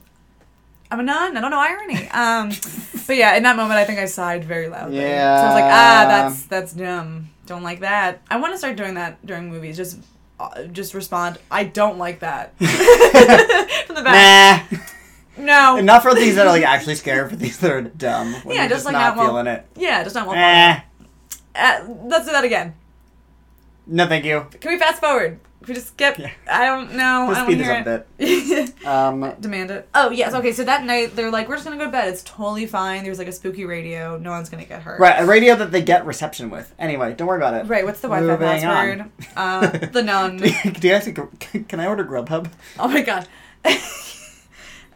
Speaker 2: I'm a nun. I don't know irony.
Speaker 1: (laughs)
Speaker 2: Um, but yeah, in that moment, I think I sighed very loudly. So I was like, ah,
Speaker 1: Yeah.
Speaker 2: that's that's dumb. Don't like that. I want to start doing that during movies. Just, uh, just respond. I don't like that. (laughs) From the back.
Speaker 1: nah. (laughs)
Speaker 2: No.
Speaker 1: Not for these that are like actually scared, for these that are dumb. when
Speaker 2: Yeah,
Speaker 1: you're
Speaker 2: just like
Speaker 1: not
Speaker 2: that one-
Speaker 1: feeling it.
Speaker 2: Yeah, just not one.
Speaker 1: Eh.
Speaker 2: Uh, let's do that again.
Speaker 1: No, thank you.
Speaker 2: Can we fast forward? Can we just skip?
Speaker 1: Yeah.
Speaker 2: I don't know.
Speaker 1: Just
Speaker 2: I don't
Speaker 1: speed this
Speaker 2: wanna
Speaker 1: up a
Speaker 2: hear it. (laughs)
Speaker 1: bit. Um,
Speaker 2: Demand it. Oh yes. Okay. So that night they're like, we're just gonna go to bed. It's totally fine. There's like a spooky radio. No one's gonna get hurt.
Speaker 1: Right, a radio that they get reception with. Anyway, don't worry about it.
Speaker 2: Right. What's the Wi-Fi
Speaker 1: Moving
Speaker 2: password?
Speaker 1: on.
Speaker 2: Uh,
Speaker 1: (laughs)
Speaker 2: the nun.
Speaker 1: Do you guys think- can I order Grubhub?
Speaker 2: oh my god. (laughs)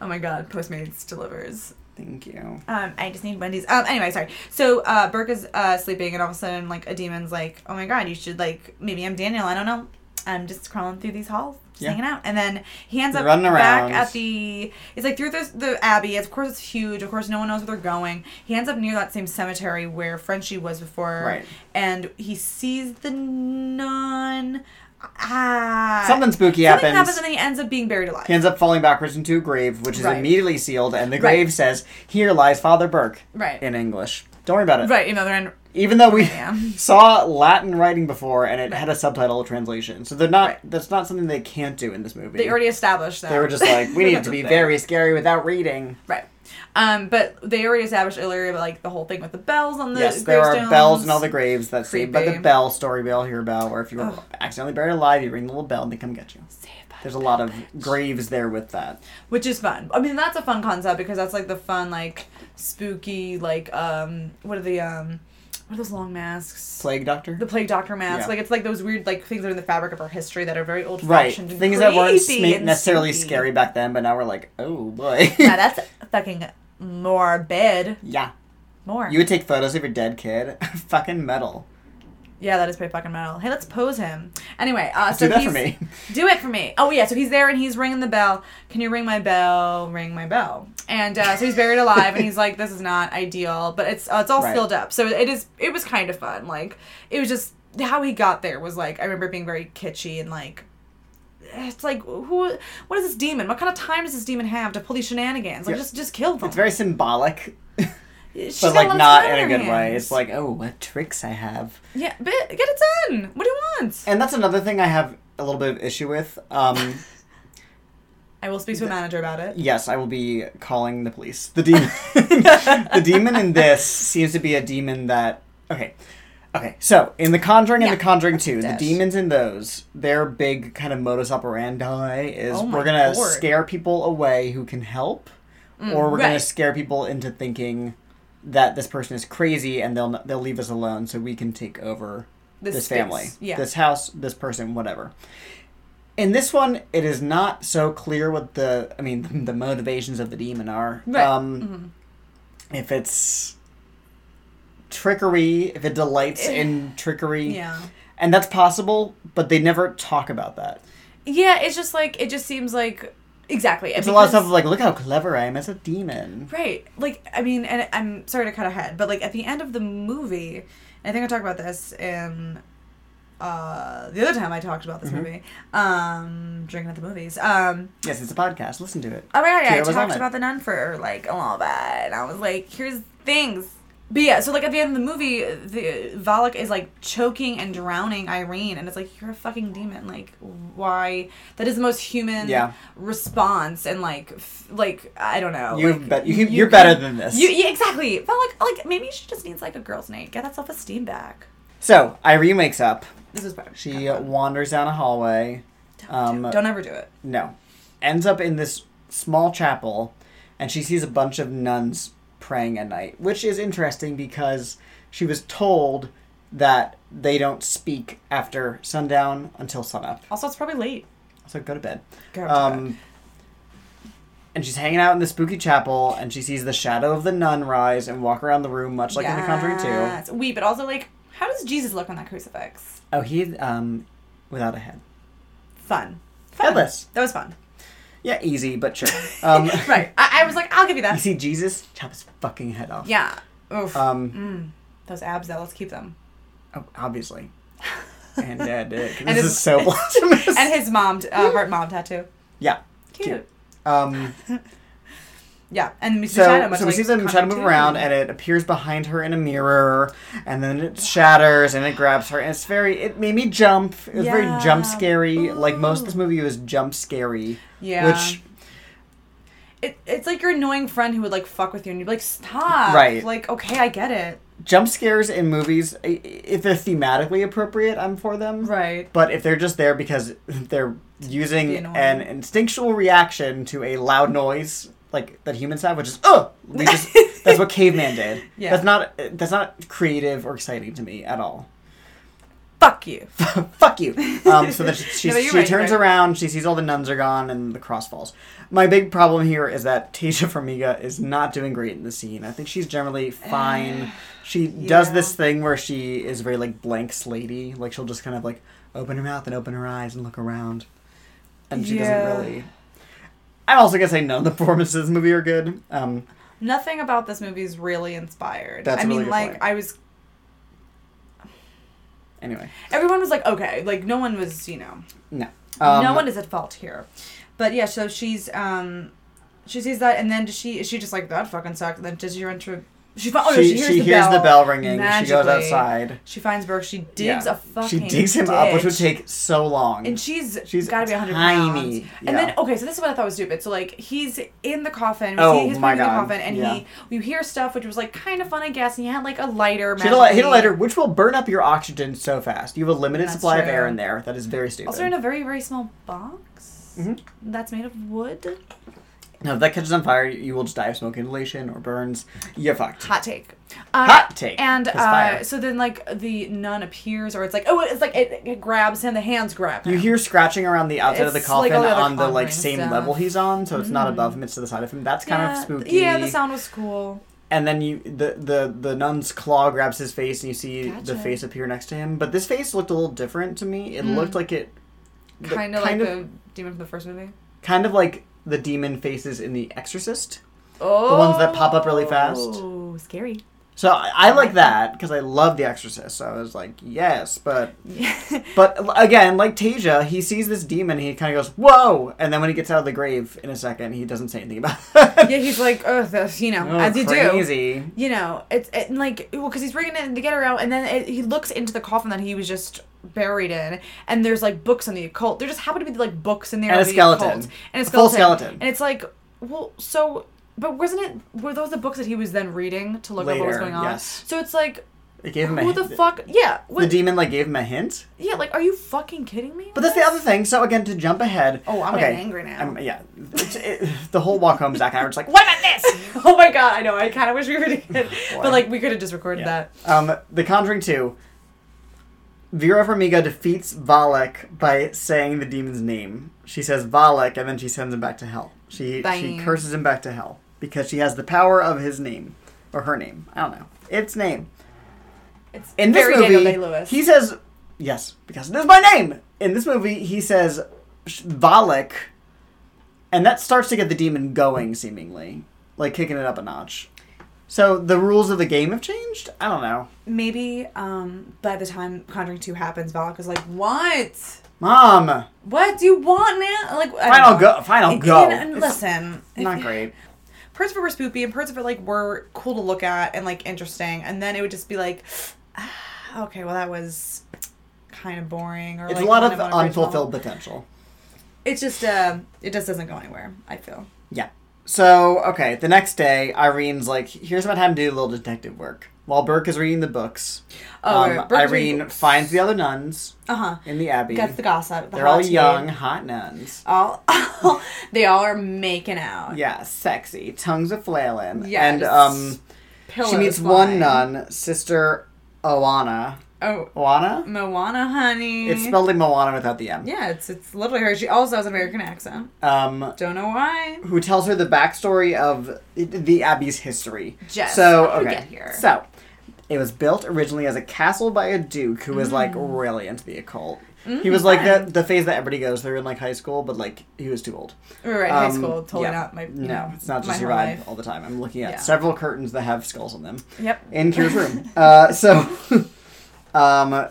Speaker 2: Oh my God, Postmates delivers.
Speaker 1: Thank you.
Speaker 2: Um, I just need Wendy's. Um, anyway, sorry. So, uh, Burke is uh, sleeping, and all of a sudden, like a demon's like, "Oh my god, you should like maybe I'm Daniel. I don't know. I'm just crawling through these halls, just
Speaker 1: Yeah.
Speaker 2: hanging out." And then he ends up
Speaker 1: Running around.
Speaker 2: back at the. It's like through the the abbey. Of course, it's huge. Of course, no one knows where they're going. He ends up near that same cemetery where Frenchie was before,
Speaker 1: Right.
Speaker 2: And he sees the nun. Ah,
Speaker 1: Something spooky
Speaker 2: something
Speaker 1: happens.
Speaker 2: and then he ends up being buried alive.
Speaker 1: He ends up falling backwards into a grave, which is
Speaker 2: Right.
Speaker 1: immediately sealed, and the
Speaker 2: Right.
Speaker 1: grave says, "Here lies Father Burke."
Speaker 2: Right.
Speaker 1: In English. Don't worry about it.
Speaker 2: Right, you know they're in.
Speaker 1: Even though we
Speaker 2: Yeah.
Speaker 1: (laughs) saw Latin writing before, and it had a subtitle translation, so they're not. That's not something they can't do in this movie.
Speaker 2: They already established that.
Speaker 1: They were just like,
Speaker 2: (laughs)
Speaker 1: we need it to be
Speaker 2: That's it.
Speaker 1: very scary without reading.
Speaker 2: Right. Um, but they already established earlier about like the whole thing with the bells on the
Speaker 1: yes, there are
Speaker 2: gravestones.
Speaker 1: bells in all the graves. That's saved by the
Speaker 2: Creepy.
Speaker 1: bell story we all hear about. Or if you were
Speaker 2: Ugh.
Speaker 1: accidentally buried alive, you ring the little bell and they come get you. There's a lot of graves there with that.
Speaker 2: which is fun. I mean, that's a fun concept because that's like the fun, like spooky, like um, what are the um, what are those long masks?
Speaker 1: Plague Doctor.
Speaker 2: the plague doctor masks.
Speaker 1: Yeah.
Speaker 2: Like it's like those weird like things that are in the fabric of our history that are very old
Speaker 1: right,
Speaker 2: fashioned.
Speaker 1: things that weren't sma- necessarily scary
Speaker 2: scary.
Speaker 1: back then, but now we're like, oh
Speaker 2: (laughs)
Speaker 1: boy.
Speaker 2: Yeah, that's fucking morbid.
Speaker 1: (laughs) yeah,
Speaker 2: More.
Speaker 1: you would take photos of your dead kid. (laughs) Fucking metal.
Speaker 2: Yeah, that is pretty fucking metal. Hey, let's pose him. Anyway, uh, so
Speaker 1: Do that for
Speaker 2: he's-
Speaker 1: me.
Speaker 2: Do it for me. Oh yeah, so he's there and he's ringing the bell. Can you ring my bell? Ring my bell. And uh, so he's buried alive, and he's like, "This is not ideal," but it's uh, it's all
Speaker 1: Right.
Speaker 2: sealed up. So it is. It was kind of fun. Like it was just how he got there was like I remember it being very kitschy and like. It's like who? What is this demon? What kind of time does this demon have to pull these shenanigans? Like
Speaker 1: Yeah.
Speaker 2: just, just kill them.
Speaker 1: It's very symbolic,
Speaker 2: She's
Speaker 1: but
Speaker 2: got a lot
Speaker 1: like
Speaker 2: of
Speaker 1: not
Speaker 2: time
Speaker 1: in a
Speaker 2: her
Speaker 1: good way.
Speaker 2: hands.
Speaker 1: It's like, oh, what tricks I have.
Speaker 2: yeah, but get it done. What do you want?
Speaker 1: And that's another thing I have a little bit of issue with. Um,
Speaker 2: I will speak to a manager about it.
Speaker 1: Yes, I will be calling the police. The
Speaker 2: (laughs)
Speaker 1: demon, the demon in this seems to be a demon that. Okay, okay. So in The Conjuring
Speaker 2: Yeah,
Speaker 1: and The Conjuring Two, the
Speaker 2: does.
Speaker 1: demons in those, their big kind of modus operandi is
Speaker 2: Oh my
Speaker 1: we're gonna
Speaker 2: Lord. Mm,
Speaker 1: scare people away who can help, or we're gonna
Speaker 2: right.
Speaker 1: scare people into thinking that this person is crazy and they'll they'll leave us alone so we can take over
Speaker 2: This
Speaker 1: this,
Speaker 2: space,
Speaker 1: family,
Speaker 2: yeah.
Speaker 1: this house, this person, whatever. In this one, it is not so clear what the I mean (laughs) the motivations of the demon are.
Speaker 2: Right. Mm-hmm.
Speaker 1: Um, If it's trickery, if it delights in trickery,
Speaker 2: Eh. Yeah.
Speaker 1: and that's possible, but they never talk about that.
Speaker 2: Yeah, it's just like it just seems like exactly.
Speaker 1: It's a lot of stuff like, look how clever I am as a demon.
Speaker 2: Right. Like I mean, and I'm sorry to cut ahead, but like at the end of the movie, and I think I talked about this in uh the other time I talked about this
Speaker 1: Mm-hmm.
Speaker 2: movie, um, drinking at the movies. Um,
Speaker 1: Yes, it's a podcast. Listen to it.
Speaker 2: oh my god, yeah,
Speaker 1: Kira
Speaker 2: I
Speaker 1: was on
Speaker 2: talked
Speaker 1: it.
Speaker 2: about the nun for like a little bit, and I was like, here's things. But yeah, so like at the end of the movie, the Valak is like choking and drowning Irene, and it's like you're a fucking demon. Like why? That is the most human
Speaker 1: Yeah. response
Speaker 2: response, and like f- like I don't know.
Speaker 1: You
Speaker 2: like,
Speaker 1: bet. You, you are better than this.
Speaker 2: you, yeah, exactly. But like, like maybe she just needs like a girls' night. Get that self-esteem back.
Speaker 1: so Irene wakes up.
Speaker 2: This is better.
Speaker 1: She uh, wanders down a hallway. Um,
Speaker 2: Uh-huh. Don't ever do it.
Speaker 1: No. Ends up in this small chapel and she sees a bunch of nuns praying at night, which is interesting because she was told that they don't speak after sundown until sunup.
Speaker 2: Also, it's probably late.
Speaker 1: So go to bed.
Speaker 2: Go to bed.
Speaker 1: Um, and she's hanging out in the spooky chapel and she sees the shadow of the nun rise and walk around the room, much like in The Conjuring 2.
Speaker 2: Yes. We, but also like, how does Jesus look on that crucifix?
Speaker 1: Oh, he, um, without a head.
Speaker 2: Fun. Fun.
Speaker 1: Headless.
Speaker 2: That
Speaker 1: (laughs)
Speaker 2: was fun.
Speaker 1: Yeah, easy, but sure. Um,
Speaker 2: (laughs) Right. I, I was like, I'll give you
Speaker 1: you
Speaker 2: that.
Speaker 1: see Jesus chop his fucking head off.
Speaker 2: Yeah. Oof.
Speaker 1: Um,
Speaker 2: Those abs, though. Let's keep them.
Speaker 1: Oh, obviously. and uh,
Speaker 2: (laughs)
Speaker 1: Dick. This
Speaker 2: And his-
Speaker 1: is so (laughs) blasphemous.
Speaker 2: And his mom, uh, heart mom tattoo.
Speaker 1: yeah.
Speaker 2: Cute.
Speaker 1: Um,
Speaker 2: Yeah. And we see
Speaker 1: so,
Speaker 2: the shadow. much
Speaker 1: so we
Speaker 2: like
Speaker 1: see them try to move
Speaker 2: Conjuring
Speaker 1: around,
Speaker 2: two.
Speaker 1: and it appears behind her in a mirror, and then it shatters, and it grabs her, and it's very. It made me jump. It was very
Speaker 2: Yeah.
Speaker 1: jump scary. Like most
Speaker 2: Ooh.
Speaker 1: of this movie was jump scary.
Speaker 2: Yeah.
Speaker 1: Which
Speaker 2: It, it's like your annoying friend who would like fuck with you, and you'd be like, stop.
Speaker 1: Right.
Speaker 2: Like, okay, I get it.
Speaker 1: jump scares in movies, i- i- if they're thematically appropriate, I'm for them.
Speaker 2: Right.
Speaker 1: But if they're just there because (laughs) they're
Speaker 2: be
Speaker 1: using
Speaker 2: annoying.
Speaker 1: an instinctual reaction to a loud noise like that humans have, which is oh, we
Speaker 2: (laughs)
Speaker 1: just that's what caveman did.
Speaker 2: Yeah.
Speaker 1: That's not that's not creative or exciting to me at all.
Speaker 2: fuck you.
Speaker 1: (laughs) fuck you. Um,
Speaker 2: (laughs)
Speaker 1: so that she,
Speaker 2: No,
Speaker 1: she,
Speaker 2: you're right,
Speaker 1: turns
Speaker 2: you're right.
Speaker 1: around, she sees all the nuns are gone, and the cross falls. My big problem here is that Tasha Farmiga is not doing great in the scene. I think she's generally fine. She does
Speaker 2: Uh, yeah.
Speaker 1: this thing where she is very like blank slatey, like she'll just kind of like open her mouth and open her eyes and look around, and she
Speaker 2: Yeah.
Speaker 1: doesn't really. I'm also gonna say none of the performances in this movie are good. Um,
Speaker 2: Nothing about this movie is really inspired.
Speaker 1: That's
Speaker 2: I
Speaker 1: a
Speaker 2: mean,
Speaker 1: really good
Speaker 2: like
Speaker 1: point.
Speaker 2: I was,
Speaker 1: anyway,
Speaker 2: everyone was like, okay, like no one was, you know,
Speaker 1: no. Um,
Speaker 2: no one is at fault here. But yeah, so she's um, she sees that, and then does she is she just like that fucking sucks? And then does she run to she? fi- Oh, no,
Speaker 1: she,
Speaker 2: she hears,
Speaker 1: she
Speaker 2: the,
Speaker 1: hears
Speaker 2: bell
Speaker 1: the bell ringing. She goes
Speaker 2: magically.
Speaker 1: outside.
Speaker 2: She finds Brooke. She digs
Speaker 1: Yeah.
Speaker 2: a fucking.
Speaker 1: She digs him up, which would
Speaker 2: ditch.
Speaker 1: take so long.
Speaker 2: And she's
Speaker 1: She's
Speaker 2: she's got to be 100
Speaker 1: tiny,
Speaker 2: pounds. And
Speaker 1: yeah.
Speaker 2: then okay, so this is what I thought was stupid. So like he's in the coffin. We
Speaker 1: Oh,
Speaker 2: see his
Speaker 1: my
Speaker 2: friend in the
Speaker 1: God,
Speaker 2: coffin, and
Speaker 1: yeah.
Speaker 2: he we hear stuff which was like kind of fun, I guess. And he had like a lighter.
Speaker 1: she had a, li- hit a
Speaker 2: magically.
Speaker 1: lighter, which will burn up your oxygen so fast. You have a limited
Speaker 2: That's
Speaker 1: supply of
Speaker 2: true.
Speaker 1: air in there. That is very stupid.
Speaker 2: Also in a very very small box
Speaker 1: Mhm.
Speaker 2: that's made of wood.
Speaker 1: no, if that catches on fire, you will just die of smoke inhalation or burns. You're fucked.
Speaker 2: Hot take. Uh,
Speaker 1: Hot take.
Speaker 2: And
Speaker 1: It's fire.
Speaker 2: uh, so then like the nun appears, or it's like oh, it's like it, it grabs him. The hands grab him.
Speaker 1: You hear scratching around the outside of the
Speaker 2: It's like
Speaker 1: coffin
Speaker 2: all the other
Speaker 1: on the like
Speaker 2: Conjuring
Speaker 1: same
Speaker 2: stuff.
Speaker 1: level he's on, so it's not above him; it's to the side of him. That's kind
Speaker 2: Yeah,
Speaker 1: of spooky.
Speaker 2: Yeah, the sound was cool.
Speaker 1: And then you, the the the nun's claw grabs his face, and you see the
Speaker 2: Gotcha.
Speaker 1: face appear next to him. But this face looked a little different to me. It
Speaker 2: Mm.
Speaker 1: looked like it, the-
Speaker 2: Kind of like the demon from the first movie.
Speaker 1: kind of like the demon faces in The Exorcist.
Speaker 2: Oh,
Speaker 1: ones that pop up really fast.
Speaker 2: Oh, scary. (laughs)
Speaker 1: So I, I like that because I love The Exorcist. So I was like, yes, but but again, like Tasia, he sees this demon, he kind of goes, whoa, and then when he gets out of the grave in a second, he doesn't say anything about. (laughs) It.
Speaker 2: yeah, he's like, oh, this, you know,
Speaker 1: Oh,
Speaker 2: as you do.
Speaker 1: crazy.
Speaker 2: You know, it's it, like, well, because he's bringing it to get her out, and then it, he looks into the coffin that he was just buried in, and there's like books on the occult. There just happen to be like books in there
Speaker 1: And a
Speaker 2: of the
Speaker 1: skeleton.
Speaker 2: occult. and a
Speaker 1: A full
Speaker 2: skeleton,
Speaker 1: skeleton.
Speaker 2: and it's like, well, so, but wasn't it? Were those the books that he was then reading to look up what was
Speaker 1: Later,
Speaker 2: going on?
Speaker 1: yes.
Speaker 2: So it's like,
Speaker 1: It gave him a
Speaker 2: who the
Speaker 1: hint-
Speaker 2: fuck? Yeah,
Speaker 1: The
Speaker 2: what,
Speaker 1: demon like gave him a hint.
Speaker 2: yeah, like, are you fucking kidding me?
Speaker 1: But that's the other thing. So again, to jump ahead.
Speaker 2: Oh, I'm
Speaker 1: okay,
Speaker 2: getting angry now.
Speaker 1: I'm- yeah, It's- it- the whole walk home, Zach and I were just like,
Speaker 2: (laughs) What about this? oh my god, I know. I kind of wish we
Speaker 1: (laughs)
Speaker 2: were together,
Speaker 1: Boy.
Speaker 2: but like, we could have just recorded
Speaker 1: Yeah.
Speaker 2: that.
Speaker 1: Um, the Conjuring 2. Vera Farmiga defeats Valak by saying the demon's name. She says Valak, and then she sends him back to hell. She she
Speaker 2: Bang.
Speaker 1: curses him back to hell because she has the power of his name or her name. I don't know. Its name.
Speaker 2: It's
Speaker 1: In this
Speaker 2: very
Speaker 1: movie,
Speaker 2: Daniel Day Lewis.
Speaker 1: he says yes because it is my name. In this movie, he says sh- Valak, and that starts to get the demon going, seemingly like kicking it up a notch. So the rules of the game have changed. I don't know.
Speaker 2: Maybe um, by the time Conjuring 2 happens, Valak is like, What?
Speaker 1: Mom,
Speaker 2: What do you want, man? Like, I
Speaker 1: final
Speaker 2: don't know.
Speaker 1: go, final
Speaker 2: And-
Speaker 1: go.
Speaker 2: and listen,
Speaker 1: It's not
Speaker 2: (laughs)
Speaker 1: great.
Speaker 2: Parts of it were spoopy, and parts of it like were cool to look at and like interesting, and then it would just be like, (sighs) ah, okay, well that was kind of boring, or
Speaker 1: It's
Speaker 2: like,
Speaker 1: a lot
Speaker 2: kind
Speaker 1: of
Speaker 2: unoriginal.
Speaker 1: unfulfilled potential.
Speaker 2: It's just uh, it just doesn't go anywhere. I feel.
Speaker 1: Yeah. So okay, the next day, Irene's like, "Here's what I time to do a little detective work." While Burke is reading the books,
Speaker 2: Oh,
Speaker 1: um,
Speaker 2: right, Burke is reading
Speaker 1: Irene
Speaker 2: books.
Speaker 1: finds the other nuns
Speaker 2: Uh huh.
Speaker 1: in the abbey.
Speaker 2: Gets the gossip. The
Speaker 1: They're
Speaker 2: hot
Speaker 1: all
Speaker 2: tea.
Speaker 1: young, hot nuns.
Speaker 2: All, (laughs) they all are making out.
Speaker 1: Yeah, sexy, tongues a flailing.
Speaker 2: Yes.
Speaker 1: And um,
Speaker 2: Pillows
Speaker 1: she meets one
Speaker 2: flying.
Speaker 1: nun, Sister Oana.
Speaker 2: Oh,
Speaker 1: Oana?
Speaker 2: Moana, honey.
Speaker 1: It's spelled like Moana without the M.
Speaker 2: Yeah, it's it's literally her. She also has an American accent.
Speaker 1: Um,
Speaker 2: Don't know why.
Speaker 1: who tells her the backstory of the abbey's history.
Speaker 2: Jess,
Speaker 1: so
Speaker 2: how did we
Speaker 1: okay,
Speaker 2: get here?
Speaker 1: so it was built originally as a castle by a duke who was like
Speaker 2: Mm.
Speaker 1: really into the occult. he was like the the phase that everybody goes through in like high school, but like he was too old.
Speaker 2: We were at high
Speaker 1: Um,
Speaker 2: school. Totally
Speaker 1: yeah.
Speaker 2: not my. you
Speaker 1: no,
Speaker 2: know,
Speaker 1: it's not
Speaker 2: my
Speaker 1: just your
Speaker 2: whole
Speaker 1: vibe
Speaker 2: life.
Speaker 1: all the time. I'm looking at
Speaker 2: Yeah.
Speaker 1: several curtains that have skulls on them
Speaker 2: Yep.
Speaker 1: in Kira's room. Uh, so, (laughs) um,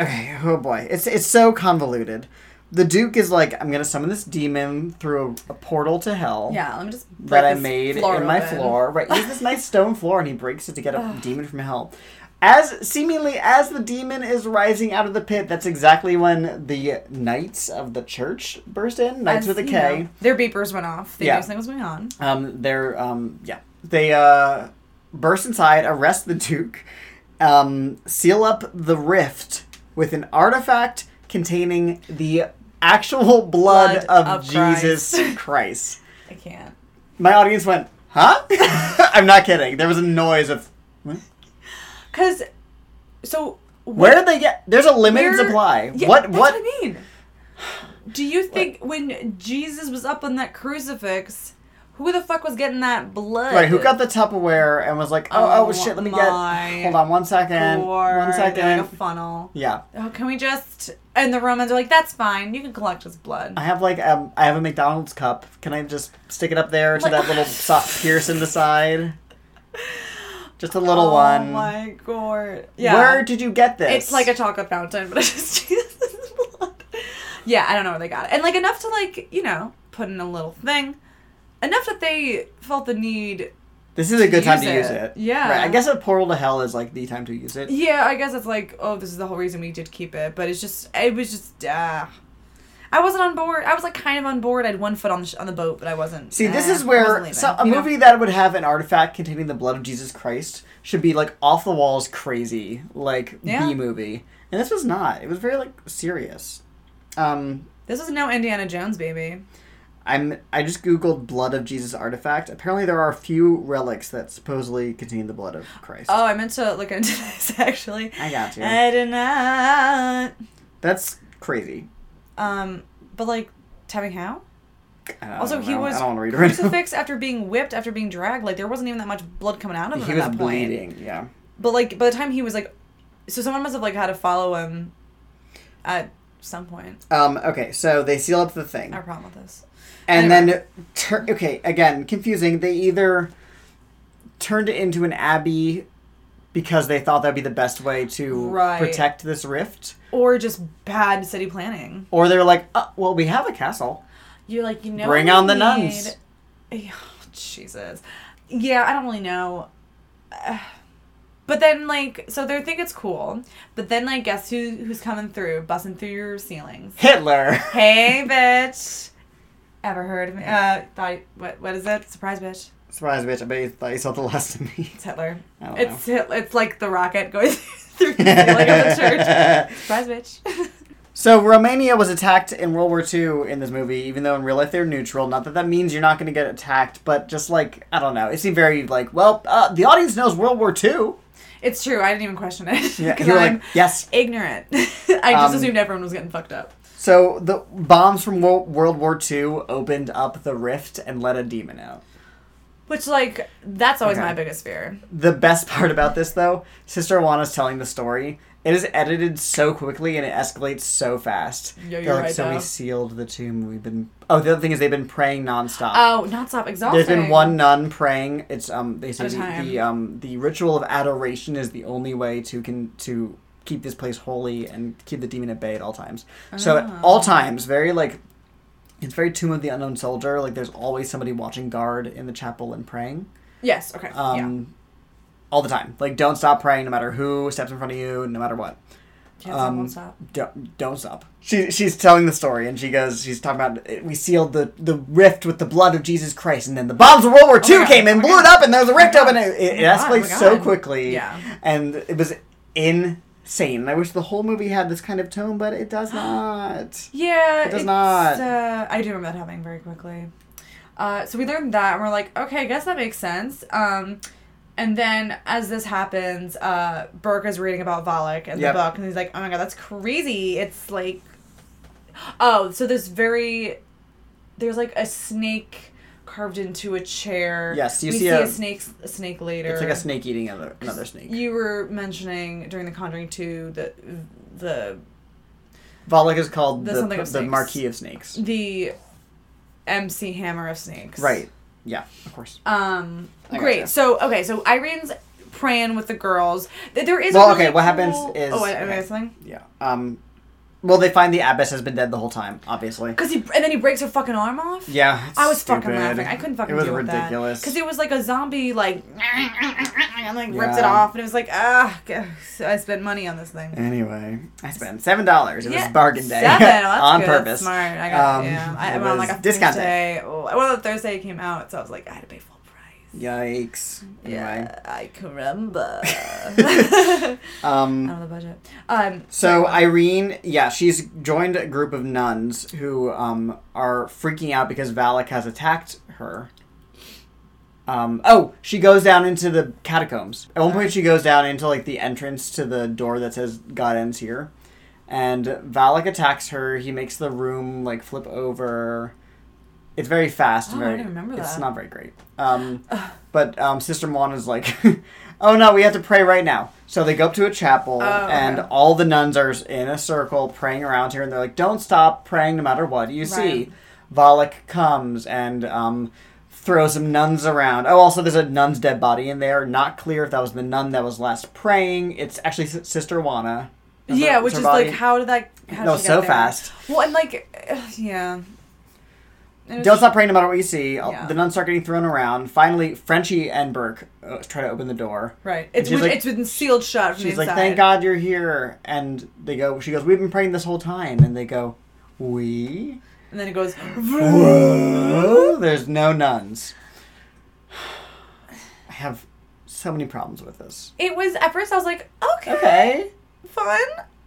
Speaker 1: okay, oh boy, it's it's so convoluted. The Duke is like, I'm gonna summon this demon through a, a portal to hell.
Speaker 2: Yeah. Let me just. break
Speaker 1: That I
Speaker 2: this
Speaker 1: made
Speaker 2: floor
Speaker 1: in my
Speaker 2: open.
Speaker 1: floor. Right, he's this
Speaker 2: (laughs)
Speaker 1: nice stone floor, and he breaks it to get a demon from hell. As seemingly as the demon is rising out of the pit, that's exactly when the knights of the church burst in. Knights
Speaker 2: As,
Speaker 1: with a
Speaker 2: you
Speaker 1: K.
Speaker 2: know, their beepers went off. They
Speaker 1: Yeah.
Speaker 2: knew something was going on.
Speaker 1: Um, they're um, yeah, they uh, burst inside, arrest the Duke, um, seal up the rift with an artifact containing the actual (laughs) blood,
Speaker 2: Blood
Speaker 1: of,
Speaker 2: of
Speaker 1: Jesus
Speaker 2: (laughs)
Speaker 1: Christ.
Speaker 2: I can't.
Speaker 1: My audience went, huh? (laughs) I'm not kidding. There was a noise of. What?
Speaker 2: Cause, so
Speaker 1: Where did they get? There's a limited
Speaker 2: Where-
Speaker 1: supply.
Speaker 2: Yeah,
Speaker 1: what?
Speaker 2: that's
Speaker 1: What?
Speaker 2: I mean. Do you think when Jesus was up on that crucifix, who the fuck was getting that blood?
Speaker 1: Right, who got the Tupperware and was like, oh, oh,
Speaker 2: Oh
Speaker 1: shit, let me
Speaker 2: my
Speaker 1: get. Hold on one second. One
Speaker 2: Like a
Speaker 1: second.
Speaker 2: funnel.
Speaker 1: Yeah.
Speaker 2: Oh, can we just? And the Romans are like, "That's fine. You can collect his blood."
Speaker 1: I have like um, I have a McDonald's cup. Can I just stick it up there to
Speaker 2: Like-
Speaker 1: that
Speaker 2: (laughs)
Speaker 1: little so- pierce in the side? Just a little
Speaker 2: oh
Speaker 1: one.
Speaker 2: my god! Yeah,
Speaker 1: Where did you get this?
Speaker 2: it's like a chocolate fountain, (laughs) but it's just Jesus' blood. Yeah, I don't know where they got it, and like enough to like you know put in a little thing, enough that they felt the need.
Speaker 1: This is a good time
Speaker 2: use
Speaker 1: to use
Speaker 2: it.
Speaker 1: it.
Speaker 2: Yeah.
Speaker 1: Right. I guess a portal to hell is like the time to use it.
Speaker 2: Yeah, I guess it's like oh, this is the whole reason we did keep it, but it's just it was just uh I wasn't on board. I was like kind of on board. I had one foot on the sh- on the boat, but I wasn't.
Speaker 1: See, this
Speaker 2: eh,
Speaker 1: is
Speaker 2: I wasn't
Speaker 1: where
Speaker 2: leaving,
Speaker 1: so, a
Speaker 2: you know?
Speaker 1: movie that would have an artifact containing the blood of Jesus Christ should be like off the walls crazy, like
Speaker 2: Yeah.
Speaker 1: B movie. And this was not. It was very like serious. Um
Speaker 2: This is no Indiana Jones, baby.
Speaker 1: I'm I just googled blood of Jesus artifact. Apparently there are a few relics that supposedly contain the blood of Christ.
Speaker 2: Oh, I meant to look (laughs) into this actually.
Speaker 1: I got you.
Speaker 2: I did not.
Speaker 1: That's crazy.
Speaker 2: Um, but like, tell me how.
Speaker 1: I don't
Speaker 2: Also, he
Speaker 1: know.
Speaker 2: was
Speaker 1: I don't want to read it right now.
Speaker 2: crucifixed (laughs) after being whipped, after being dragged. Like, there wasn't even that much blood coming out of
Speaker 1: (laughs)
Speaker 2: him
Speaker 1: He
Speaker 2: at
Speaker 1: was
Speaker 2: that point.
Speaker 1: bleeding, yeah.
Speaker 2: But like, by the time he was like, so someone must have like had to follow him at some point.
Speaker 1: Um, okay, so they seal up the thing.
Speaker 2: Our problem with this.
Speaker 1: And
Speaker 2: Anyway.
Speaker 1: then, tur- okay, again, confusing. They either turned it into an abbey because they thought that'd be the best way to
Speaker 2: Right.
Speaker 1: protect this rift,
Speaker 2: Or just bad city planning.
Speaker 1: or they're like, uh, well, we have a castle.
Speaker 2: You're like, you know,
Speaker 1: Bring
Speaker 2: what
Speaker 1: on the
Speaker 2: we need- (sighs)
Speaker 1: nuns.
Speaker 2: Oh, Jesus. Yeah, I don't really know. (sighs) Uh, But then, like, so they think it's cool. But then, like, guess who who's coming through, busting through your ceilings?
Speaker 1: Hitler. (laughs)
Speaker 2: Hey, bitch. Ever heard of me? Uh, thought what what is it? Surprise, bitch.
Speaker 1: Surprise, bitch! I bet you thought you saw the last of me.
Speaker 2: It's Hitler.
Speaker 1: I don't
Speaker 2: It's Hit- it's like the rocket going (laughs)
Speaker 1: (laughs)
Speaker 2: through the ceiling of the church. Surprise, bitch. (laughs)
Speaker 1: So Romania was attacked in World War II in this movie, even though in real life they're neutral. Not that that means you're not going to get attacked, but just like I don't know, it seemed very like well, uh, the audience knows World War II.
Speaker 2: it's true. I didn't even question it
Speaker 1: Yeah,
Speaker 2: because
Speaker 1: you're
Speaker 2: I'm
Speaker 1: like yes,
Speaker 2: ignorant. (laughs) I just
Speaker 1: Um,
Speaker 2: assumed everyone was getting fucked up.
Speaker 1: So the bombs from Wo- World War II opened up the rift and let a demon out.
Speaker 2: Which, like, that's always
Speaker 1: Okay.
Speaker 2: my biggest fear.
Speaker 1: The best part about this, though, Sister Juana's telling the story. It is edited so quickly and it escalates so fast.
Speaker 2: Yeah, you're
Speaker 1: They're like,
Speaker 2: right,
Speaker 1: so
Speaker 2: though."
Speaker 1: we sealed the tomb. We've been. Oh, the other thing is they've been praying nonstop.
Speaker 2: Oh, not stop exhausting.
Speaker 1: Uh, There's been one nun praying. It's um they say
Speaker 2: At a
Speaker 1: the,
Speaker 2: time.
Speaker 1: the um the ritual of adoration is the only way to can to keep this place holy and keep the demon at bay at all times. So at all times, very like it's very Tomb of the Unknown Soldier. Like there's always somebody watching guard in the chapel and praying.
Speaker 2: Yes. Okay.
Speaker 1: Um, all the time. Like don't stop praying, no matter who steps in front of you, no matter what
Speaker 2: yeah. Can't stop,
Speaker 1: um,
Speaker 2: won't stop.
Speaker 1: don't, don't stop. She, she's telling the story, and she goes, she's talking about it- we sealed the, the rift with the blood of Jesus Christ, and then the bombs of World War II
Speaker 2: God,
Speaker 1: came and
Speaker 2: oh my
Speaker 1: blew it
Speaker 2: God.
Speaker 1: up, and there was a rift
Speaker 2: God,
Speaker 1: open. It, it,
Speaker 2: oh my God, oh my
Speaker 1: escalates so
Speaker 2: God.
Speaker 1: quickly,
Speaker 2: Yeah.
Speaker 1: and it was insane. I wish the whole movie had this kind of tone, but it does not.
Speaker 2: Yeah,
Speaker 1: It does
Speaker 2: it's,
Speaker 1: not.
Speaker 2: Uh, I do remember that happening very quickly. Uh, so we learned that, and we're like, okay, I guess that makes sense. Um, and then as this happens, uh, Burke is reading about Valak in
Speaker 1: Yep.
Speaker 2: the book, and he's like, oh my god, that's crazy. It's like, oh, so there's very, there's like a snake carved into a chair.
Speaker 1: Yes, you
Speaker 2: we
Speaker 1: see
Speaker 2: a,
Speaker 1: a-
Speaker 2: snake. A snake later.
Speaker 1: It's like a snake eating another, another snake.
Speaker 2: You were mentioning during the Conjuring Two that the
Speaker 1: Valak is called
Speaker 2: The
Speaker 1: the,
Speaker 2: something
Speaker 1: the,
Speaker 2: of snakes.
Speaker 1: Marquis of Snakes.
Speaker 2: the MC Hammer of snakes.
Speaker 1: Right. Yeah, of course.
Speaker 2: Um.
Speaker 1: I
Speaker 2: great.
Speaker 1: gotcha.
Speaker 2: So okay. So Irene's praying with the girls. Th- There is. a
Speaker 1: Well,
Speaker 2: really
Speaker 1: okay, what happens
Speaker 2: cool-
Speaker 1: is-
Speaker 2: Oh, I, I
Speaker 1: okay.
Speaker 2: got something.
Speaker 1: Yeah. Um, well, they find the abbess has been dead the whole time, obviously.
Speaker 2: Cause he and then he breaks her fucking arm off.
Speaker 1: Yeah, it's
Speaker 2: I was fucking
Speaker 1: stupid.
Speaker 2: laughing. I couldn't fucking
Speaker 1: It was
Speaker 2: deal with that.
Speaker 1: ridiculous.
Speaker 2: Cause it was like a zombie, like (laughs) and like ripped it
Speaker 1: Yeah.
Speaker 2: off, and it was like, ah, g- so I spent money on this thing.
Speaker 1: Anyway, I spent seven dollars. It
Speaker 2: Yeah,
Speaker 1: was bargain day (laughs)
Speaker 2: Seven. Oh, that's
Speaker 1: on
Speaker 2: good. That's
Speaker 1: purpose.
Speaker 2: Smart. I got.
Speaker 1: Um,
Speaker 2: yeah. I,
Speaker 1: it
Speaker 2: am on
Speaker 1: was
Speaker 2: like a
Speaker 1: discount
Speaker 2: Thursday. Oh, well, Thursday it came out, so I was like, I had to pay full price.
Speaker 1: Yikes. Anyway.
Speaker 2: Yeah, I
Speaker 1: (laughs)
Speaker 2: can remember. (laughs) Out
Speaker 1: Um.
Speaker 2: of the budget. Um.
Speaker 1: So Irene, yeah, she's joined a group of nuns who um are freaking out because Valak has attacked her. Um, oh, she goes down into the catacombs. At one point, she goes down into like the entrance to the door that says "God ends here," and Valak attacks her. He makes the room like flip over. It's very fast.
Speaker 2: Oh, I
Speaker 1: very,
Speaker 2: don't remember
Speaker 1: It's
Speaker 2: that.
Speaker 1: not very great. Um, but um, Sister Moana's like, (laughs) "Oh no, we have to pray right now." So they go up to a chapel,
Speaker 2: Oh, okay.
Speaker 1: and all the nuns are in a circle praying around here, and they're like, "Don't stop praying, no matter what you
Speaker 2: Right.
Speaker 1: see." Valak comes and um, throws some nuns around. Oh, also, there's a nun's dead body in there. Not clear if that was the nun that was last praying. It's actually S- Sister Juana. Remember?
Speaker 2: yeah,
Speaker 1: It's
Speaker 2: which
Speaker 1: her
Speaker 2: is
Speaker 1: body.
Speaker 2: like how did that? How
Speaker 1: That
Speaker 2: did
Speaker 1: was
Speaker 2: she get
Speaker 1: so
Speaker 2: there?
Speaker 1: fast.
Speaker 2: Well, and like, (sighs) ugh, yeah. It was
Speaker 1: Don't stop praying no matter what you see.
Speaker 2: Yeah.
Speaker 1: The nuns start getting thrown around. Finally, Frenchie and Burke uh, try to open the door.
Speaker 2: Right. It's
Speaker 1: she's
Speaker 2: which,
Speaker 1: like-
Speaker 2: it's been sealed shut from
Speaker 1: She's
Speaker 2: the
Speaker 1: like,
Speaker 2: inside.
Speaker 1: "Thank God you're here." And they go. She goes, "We've been praying this whole time." And they go, "We."
Speaker 2: And then
Speaker 1: (laughs)
Speaker 2: it goes.
Speaker 1: Whoa, there's no nuns. I have so many problems with this.
Speaker 2: It was at first I was like, okay,
Speaker 1: Okay.
Speaker 2: fun.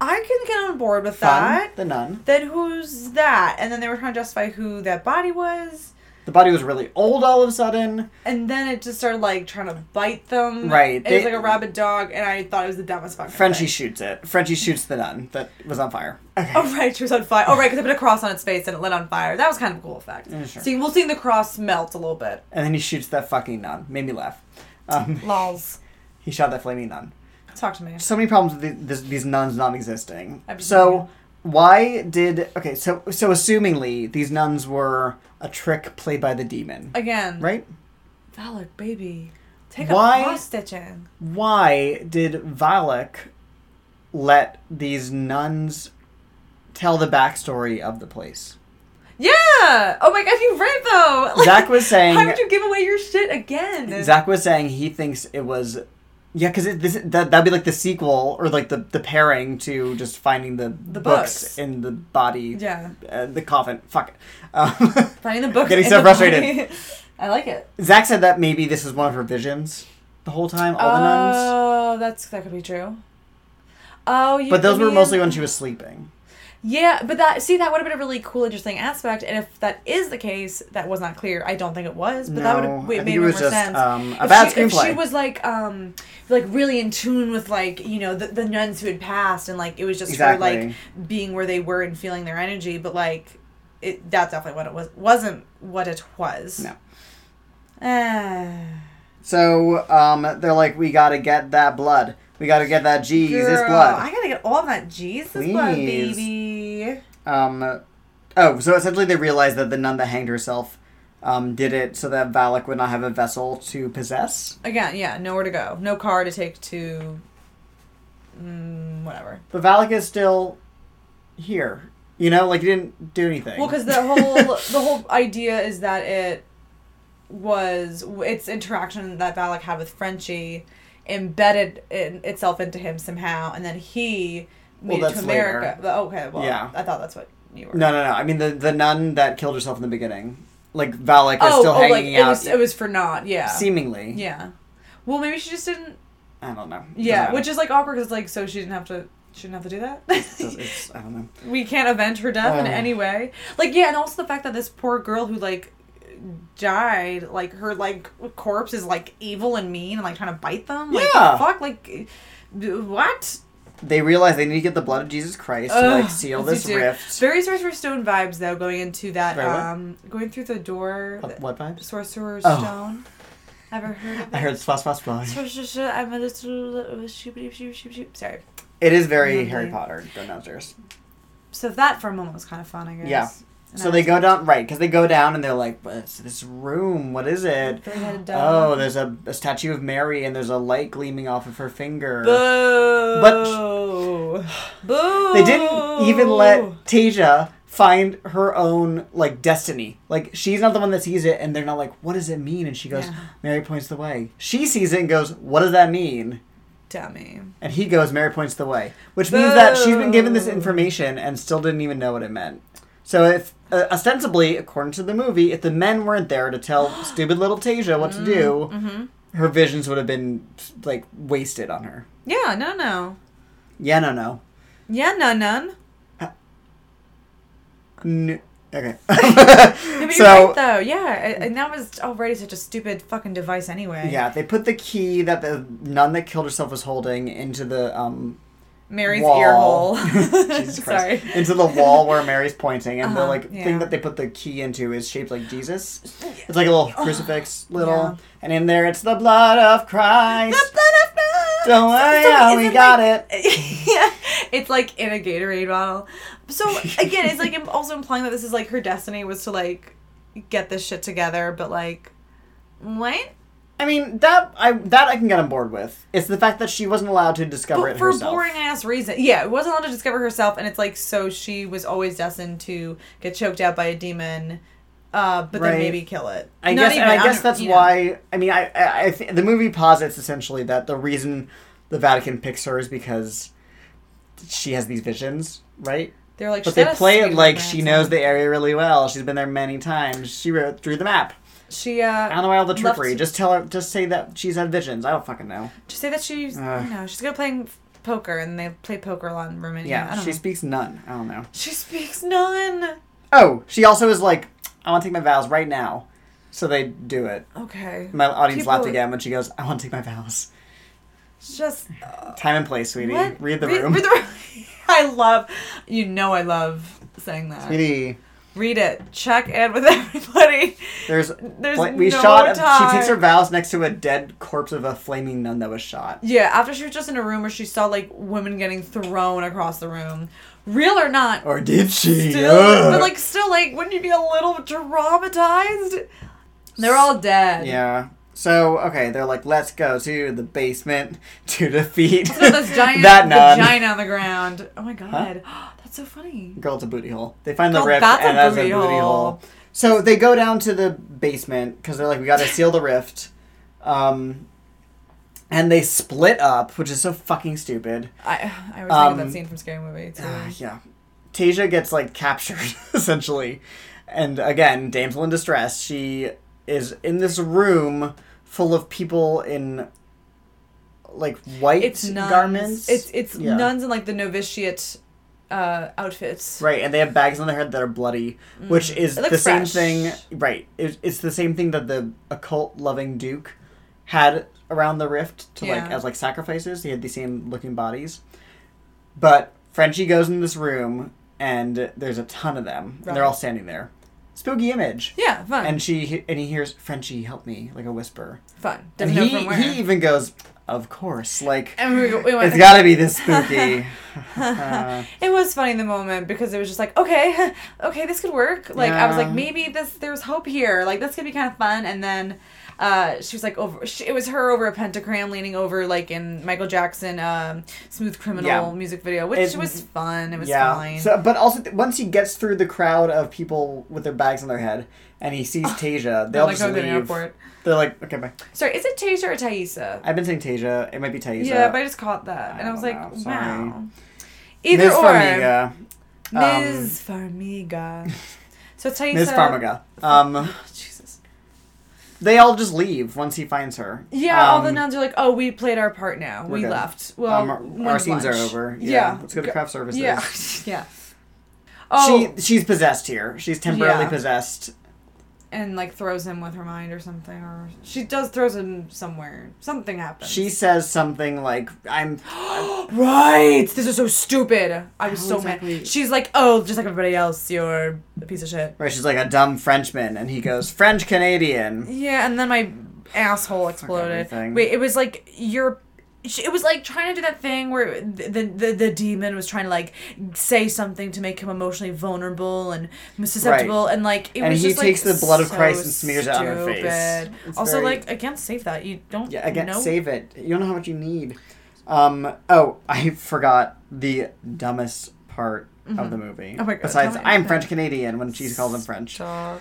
Speaker 2: I can get on board with
Speaker 1: Fun,
Speaker 2: that.
Speaker 1: the nun.
Speaker 2: Then who's that? And then they were trying to justify who that body was.
Speaker 1: The body was really old all of a sudden.
Speaker 2: And then it just started like trying to bite them.
Speaker 1: Right,
Speaker 2: It was
Speaker 1: they-
Speaker 2: like a rabid dog, and I thought it was the dumbest fucking
Speaker 1: Frenchie
Speaker 2: thing.
Speaker 1: shoots it. Frenchie shoots the nun that was on fire. Okay.
Speaker 2: (laughs) Oh right, she was on fire. Oh right, because I put a cross on its face and it lit on fire. That was kind of a cool effect.
Speaker 1: Yeah, sure.
Speaker 2: Seeing, well, seeing the cross melt a little bit.
Speaker 1: And then he shoots that fucking nun. Made me laugh. Um,
Speaker 2: Lols.
Speaker 1: he shot that flaming nun.
Speaker 2: Talk to me.
Speaker 1: so many problems with the, this, these nuns not existing.
Speaker 2: I'm just
Speaker 1: So why did okay? So so assumingly these nuns were a trick played by the demon,
Speaker 2: Again.
Speaker 1: right?
Speaker 2: Valak, baby. Take
Speaker 1: Why-
Speaker 2: a cross stitching.
Speaker 1: Why did Valak let these nuns tell the backstory of the place?
Speaker 2: Yeah. Oh my god, you're right though. (laughs)
Speaker 1: Zach was saying-
Speaker 2: How would you give away your shit again?
Speaker 1: Zach was saying he thinks it was. Yeah, because this that that'd be like the sequel or like the, the pairing to just finding the, the
Speaker 2: books.
Speaker 1: in the body,
Speaker 2: Yeah.
Speaker 1: uh, the coffin. Fuck it. Um,
Speaker 2: (laughs) Finding the book.
Speaker 1: Getting
Speaker 2: in
Speaker 1: so
Speaker 2: the
Speaker 1: frustrated.
Speaker 2: body. (laughs) I like it.
Speaker 1: (laughs) Zach said that maybe this is one of her visions the whole time, all the nuns.
Speaker 2: Oh, that's that could be true. Oh, you.
Speaker 1: But those
Speaker 2: I
Speaker 1: were
Speaker 2: mean-
Speaker 1: mostly when she was sleeping.
Speaker 2: Yeah, but that see that would have been a really cool, interesting aspect, and if that is the case, that was not clear. I don't think it was, but that would
Speaker 1: No,
Speaker 2: have
Speaker 1: I
Speaker 2: it
Speaker 1: think
Speaker 2: made
Speaker 1: it
Speaker 2: more
Speaker 1: was just,
Speaker 2: sense.
Speaker 1: um, a
Speaker 2: if
Speaker 1: bad
Speaker 2: she, if she
Speaker 1: screenplay.
Speaker 2: was like, um, like really in tune with like you know the, the nuns who had passed, and like it was just her
Speaker 1: Exactly.
Speaker 2: like being where they were and feeling their energy, but like it that's definitely what it was wasn't what it was.
Speaker 1: No.
Speaker 2: Ah.
Speaker 1: So um, they're like, we gotta get that blood. We gotta get that Jesus
Speaker 2: Girl, I
Speaker 1: blood.
Speaker 2: gotta get all that Jesus blood,
Speaker 1: Please.
Speaker 2: baby.
Speaker 1: Um, oh, so essentially they realized that the nun that hanged herself um, did it so that Valak would not have a vessel to possess.
Speaker 2: Again, yeah, nowhere to go, no car to take to, mm, whatever.
Speaker 1: But Valak is still here. You know, like he didn't do anything. (laughs)
Speaker 2: Well, because the whole the whole idea is that it was its interaction that Valak had with Frenchie embedded in, itself into him somehow, and then he
Speaker 1: Well,
Speaker 2: made it to
Speaker 1: that's
Speaker 2: America.
Speaker 1: later.
Speaker 2: But- Okay, well,
Speaker 1: Yeah.
Speaker 2: I thought that's what you were.
Speaker 1: no, no, no. I mean, the, the nun that killed herself in the beginning. Like, Valak is
Speaker 2: oh,
Speaker 1: still
Speaker 2: oh, like
Speaker 1: hanging
Speaker 2: it
Speaker 1: out.
Speaker 2: was it was for naught. Yeah,
Speaker 1: seemingly.
Speaker 2: yeah. Well, maybe she just didn't.
Speaker 1: I don't know.
Speaker 2: Yeah, which is like awkward because like so she didn't have to. She didn't have to do (laughs) that.
Speaker 1: Does- it's- I don't know.
Speaker 2: we can't avenge her death in
Speaker 1: Ugh.
Speaker 2: any way. Like yeah, and also the fact that this poor girl who like died, like her like corpse is like evil and mean and like trying to bite them. Like the
Speaker 1: Yeah.
Speaker 2: fuck, like what?
Speaker 1: They realize they need to get the blood of Jesus Christ to like
Speaker 2: Ugh,
Speaker 1: seal
Speaker 2: that's
Speaker 1: this
Speaker 2: what you do.
Speaker 1: rift.
Speaker 2: Very Sorcerer Stone vibes though, going into that
Speaker 1: Very what?
Speaker 2: um going through the door
Speaker 1: What, what vibes?
Speaker 2: Sorcerer
Speaker 1: Oh.
Speaker 2: Stone. Ever heard
Speaker 1: (laughs)
Speaker 2: of
Speaker 1: I
Speaker 2: it?
Speaker 1: heard splash, splash, splash.
Speaker 2: Sorcerer- I'm a little sorry.
Speaker 1: It is very
Speaker 2: Mhm.
Speaker 1: Harry Potter. Go downstairs.
Speaker 2: So that for a moment was kind of fun, I guess.
Speaker 1: Yeah.
Speaker 2: And
Speaker 1: So
Speaker 2: I
Speaker 1: they
Speaker 2: was
Speaker 1: go down right because they go down and they're like, "What's this room? What is it?"
Speaker 2: three-headed dog.
Speaker 1: Oh, there's a, a statue of Mary and there's a light gleaming off of her finger.
Speaker 2: Boo. Boo.
Speaker 1: (sighs) They didn't even let Tasia find her own like destiny. Like she's not the one that sees it, and they're not like, "What does it mean?" And she goes,
Speaker 2: Yeah.
Speaker 1: "Mary points the way." She sees it and goes, "What does that mean?"
Speaker 2: Dummy.
Speaker 1: And he goes, Mary points the way. Which means that she's been given this
Speaker 2: Boo.
Speaker 1: information and still didn't even know what it meant. So, if uh, ostensibly, according to the movie, if the men weren't there to tell stupid little Tasia what to do, her visions would have been like wasted on her.
Speaker 2: Yeah, no, no.
Speaker 1: Yeah, no, no.
Speaker 2: Yeah, no, none.
Speaker 1: N- Okay. (laughs)
Speaker 2: No, but you're
Speaker 1: so
Speaker 2: right though. Yeah, and- and that was already such a stupid fucking device anyway.
Speaker 1: yeah, they put the key that the nun that killed herself was holding into the um
Speaker 2: Mary's
Speaker 1: wall. (laughs)
Speaker 2: ear hole. (laughs)
Speaker 1: Jesus
Speaker 2: Sorry.
Speaker 1: Christ. Into the wall where Mary's pointing, and the
Speaker 2: Uh-huh,
Speaker 1: like
Speaker 2: yeah.
Speaker 1: thing that they put the key into is shaped like Jesus. It's like a little crucifix, little,
Speaker 2: Oh. Yeah.
Speaker 1: and in there it's the blood of Christ. (laughs) Don't worry,
Speaker 2: So,
Speaker 1: we
Speaker 2: isn't,
Speaker 1: got
Speaker 2: like-
Speaker 1: it.
Speaker 2: (laughs) yeah, it's like in a Gatorade bottle. So again, it's like im- (laughs) also implying that this is like her destiny was to like get this shit together, but like what?
Speaker 1: I mean that I that I can get on board with. It's the fact that she wasn't allowed to discover
Speaker 2: But
Speaker 1: it
Speaker 2: for
Speaker 1: herself.
Speaker 2: boring ass reason. Yeah, it wasn't allowed to discover herself, and it's like so she was always destined to get choked out by a demon, uh, but then
Speaker 1: Right.
Speaker 2: maybe kill it.
Speaker 1: I
Speaker 2: Not
Speaker 1: guess,
Speaker 2: even,
Speaker 1: and I
Speaker 2: I'm-
Speaker 1: guess that's
Speaker 2: you know.
Speaker 1: why. I mean, I, I, I th- the movie posits essentially that the reason the Vatican picks her is because she has these visions, right?
Speaker 2: they're like.
Speaker 1: But
Speaker 2: "She's
Speaker 1: they
Speaker 2: not a
Speaker 1: play it
Speaker 2: sweet
Speaker 1: like
Speaker 2: romance."
Speaker 1: she knows the area really well. She's been there many times. She wrote, drew the map.
Speaker 2: She
Speaker 1: I
Speaker 2: uh,
Speaker 1: don't know why all the
Speaker 2: Left-
Speaker 1: trickery. Just tell her. Just say that she's had visions. I don't fucking know.
Speaker 2: just say that she's
Speaker 1: Ugh.
Speaker 2: you know she's good at playing f- poker, and they play poker a lot in Romania. I
Speaker 1: Yeah,
Speaker 2: don't
Speaker 1: she
Speaker 2: know.
Speaker 1: speaks none. I don't know.
Speaker 2: She speaks none.
Speaker 1: Oh, she also is like, I want to take my vows right now. So they do it.
Speaker 2: Okay.
Speaker 1: My audience
Speaker 2: People-
Speaker 1: laughed again when she goes, "I want to take my vows."
Speaker 2: Just uh,
Speaker 1: Time and place, sweetie.
Speaker 2: what?
Speaker 1: Read the room.
Speaker 2: Read the room. (laughs) I love. You know I love saying
Speaker 1: (laughs)
Speaker 2: that.
Speaker 1: Sweetie,
Speaker 2: Read it. Check in with (laughs) everybody.
Speaker 1: there's
Speaker 2: There's
Speaker 1: Like, we
Speaker 2: no
Speaker 1: shot.
Speaker 2: time.
Speaker 1: She takes her vows next to a dead corpse of a flaming nun that was shot.
Speaker 2: Yeah, after she was just in a room where she saw like women getting thrown across the room, real or not,
Speaker 1: Or did she?
Speaker 2: still,
Speaker 1: Ugh.
Speaker 2: but like still, like wouldn't you be a little traumatized? They're all dead.
Speaker 1: yeah. So okay, they're like, let's go to the basement (laughs) to defeat
Speaker 2: So
Speaker 1: (laughs)
Speaker 2: this giant
Speaker 1: that nun.
Speaker 2: vagina on the ground. Oh my god, (gasps) that's so funny.
Speaker 1: Girl, it's a booty hole. They find the
Speaker 2: Girl,
Speaker 1: rift,
Speaker 2: Oh, that's a
Speaker 1: and that's a
Speaker 2: booty
Speaker 1: booty
Speaker 2: hole.
Speaker 1: hole. So they go down to the basement because they're like, we gotta seal the rift. Um, and they split up, which is so fucking stupid.
Speaker 2: I I was
Speaker 1: Um,
Speaker 2: thinking of that scene from Scary Movie too.
Speaker 1: Uh, yeah. Tasia gets like captured, (laughs) essentially. And again, damsel in distress. She is in this room full of people in like white
Speaker 2: it's nuns.
Speaker 1: garments.
Speaker 2: It's it's
Speaker 1: Yeah.
Speaker 2: nuns in like the novitiate uh, outfits.
Speaker 1: Right, and they have bags on their head that are bloody, which is
Speaker 2: Mm. It
Speaker 1: the
Speaker 2: looks
Speaker 1: same
Speaker 2: fresh.
Speaker 1: thing. Right, it, it's the same thing that the occult-loving Duke had around the rift to like
Speaker 2: Yeah.
Speaker 1: as like sacrifices. He had the same looking bodies, but Frenchie goes in this room, and there's a ton of them, and they're
Speaker 2: Right.
Speaker 1: all standing there. Spooky image.
Speaker 2: Yeah, fun.
Speaker 1: And she and he hears Frenchie help me like a whisper,
Speaker 2: fun.
Speaker 1: and
Speaker 2: Doesn't know
Speaker 1: he
Speaker 2: from where.
Speaker 1: he even goes, of course, like
Speaker 2: and we, we went,
Speaker 1: it's got to be
Speaker 2: (laughs)
Speaker 1: this spooky. (laughs)
Speaker 2: It was funny in the moment because it was just like, okay, (laughs) okay, this could work. Like I was
Speaker 1: Yeah.
Speaker 2: like, maybe this there's hope here. Like this could be kind of fun. And then uh, she was like over. She, it was her over a pentagram, leaning over like in Michael Jackson um, "Smooth Criminal"
Speaker 1: Yeah.
Speaker 2: music video, which
Speaker 1: It-
Speaker 2: was fun. It was fine.
Speaker 1: So, but also, th- once he gets through the crowd of people with their bags on their head, and he
Speaker 2: (laughs)
Speaker 1: sees Tasia, they'll
Speaker 2: like,
Speaker 1: just
Speaker 2: go to the
Speaker 1: leave.
Speaker 2: airport.
Speaker 1: They're like, okay, bye.
Speaker 2: Sorry, is it Tasia or Thaisa?
Speaker 1: I've been saying Tasia. It might be Tasia.
Speaker 2: yeah, but I just caught that,
Speaker 1: I
Speaker 2: and I was
Speaker 1: don't
Speaker 2: like,
Speaker 1: know, sorry.
Speaker 2: wow. Either
Speaker 1: Ms.
Speaker 2: or,
Speaker 1: Farmiga. um,
Speaker 2: Ms.
Speaker 1: (laughs)
Speaker 2: Farmiga. So Thaisa.
Speaker 1: Ms. Farmiga. Um,
Speaker 2: Jesus.
Speaker 1: they all just leave once he finds her.
Speaker 2: Yeah, all the
Speaker 1: Um,
Speaker 2: nuns are like, "Oh, we played our part now.
Speaker 1: we're
Speaker 2: We
Speaker 1: good.
Speaker 2: left. Well,
Speaker 1: um, our-
Speaker 2: when's
Speaker 1: our scenes
Speaker 2: lunch?"
Speaker 1: are over. Yeah, let's go to craft services.
Speaker 2: Yeah,
Speaker 1: (laughs)
Speaker 2: yeah. (laughs) Oh,
Speaker 1: She she's possessed here. She's temporarily
Speaker 2: Yeah.
Speaker 1: possessed.
Speaker 2: and like throws him with her mind or something, or she does throws him somewhere. Something happens.
Speaker 1: She says something like,
Speaker 2: (gasps)
Speaker 1: "I'm
Speaker 2: right. This is so stupid. I was
Speaker 1: How
Speaker 2: so
Speaker 1: Oh, exactly-
Speaker 2: mad. She's like, "Oh, just like everybody else, you're a piece of shit."
Speaker 1: where she's like a dumb Frenchman," and he goes, "French Canadian."
Speaker 2: Yeah, and then my asshole exploded.
Speaker 1: everything.
Speaker 2: Wait, it was like you're. sh- It was like trying to do that thing where the, the the the demon was trying to like say something to make him emotionally vulnerable and susceptible, and like it
Speaker 1: And
Speaker 2: was
Speaker 1: he
Speaker 2: just
Speaker 1: takes
Speaker 2: like,
Speaker 1: the blood of
Speaker 2: so
Speaker 1: Christ and smears it on her face.
Speaker 2: stupid.
Speaker 1: It's
Speaker 2: Also,
Speaker 1: very-
Speaker 2: like again, save that you don't.
Speaker 1: Yeah, again,
Speaker 2: know.
Speaker 1: save it. You don't know how much you need. Um, oh, I forgot the dumbest part of the movie.
Speaker 2: Oh my God,
Speaker 1: Besides,
Speaker 2: tell me.
Speaker 1: I'm French Canadian when she calls him French.
Speaker 2: Dog.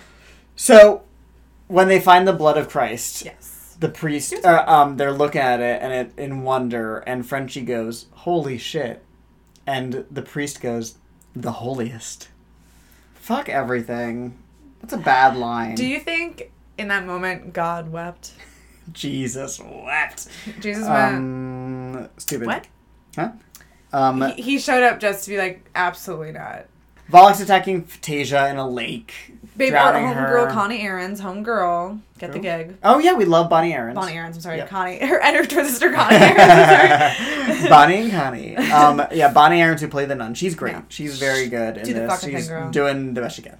Speaker 1: So, when they find the blood of Christ,
Speaker 2: Yes.
Speaker 1: the priest, uh, um, they're looking at it and it in wonder, and Frenchie goes, "Holy shit!" and the priest goes, "The holiest." Fuck everything. That's a bad line.
Speaker 2: Do you think in that moment
Speaker 1: (laughs)
Speaker 2: God wept?
Speaker 1: Jesus wept.
Speaker 2: Jesus went.
Speaker 1: Um, stupid.
Speaker 2: What?
Speaker 1: Huh? Um,
Speaker 2: He, he showed up just to be like, absolutely not.
Speaker 1: Volok's attacking Tasia in a lake.
Speaker 2: Babe, our
Speaker 1: drowning
Speaker 2: homegirl
Speaker 1: her.
Speaker 2: Connie Aaron's homegirl. Get the
Speaker 1: Who?
Speaker 2: gig.
Speaker 1: Oh yeah, we love Bonnie Aaron's.
Speaker 2: Bonnie Aaron's, I'm sorry.
Speaker 1: Yep.
Speaker 2: Connie, (laughs) her, and her twin
Speaker 1: (laughs)
Speaker 2: sister Connie Aaron's. I'm sorry.
Speaker 1: Bonnie and Connie. Um, yeah, Bonnie Aarons who played the nun. She's great.
Speaker 2: Yeah.
Speaker 1: She's very good. In
Speaker 2: Do the
Speaker 1: this.
Speaker 2: fucking thing,
Speaker 1: She's
Speaker 2: girl.
Speaker 1: doing the best she can.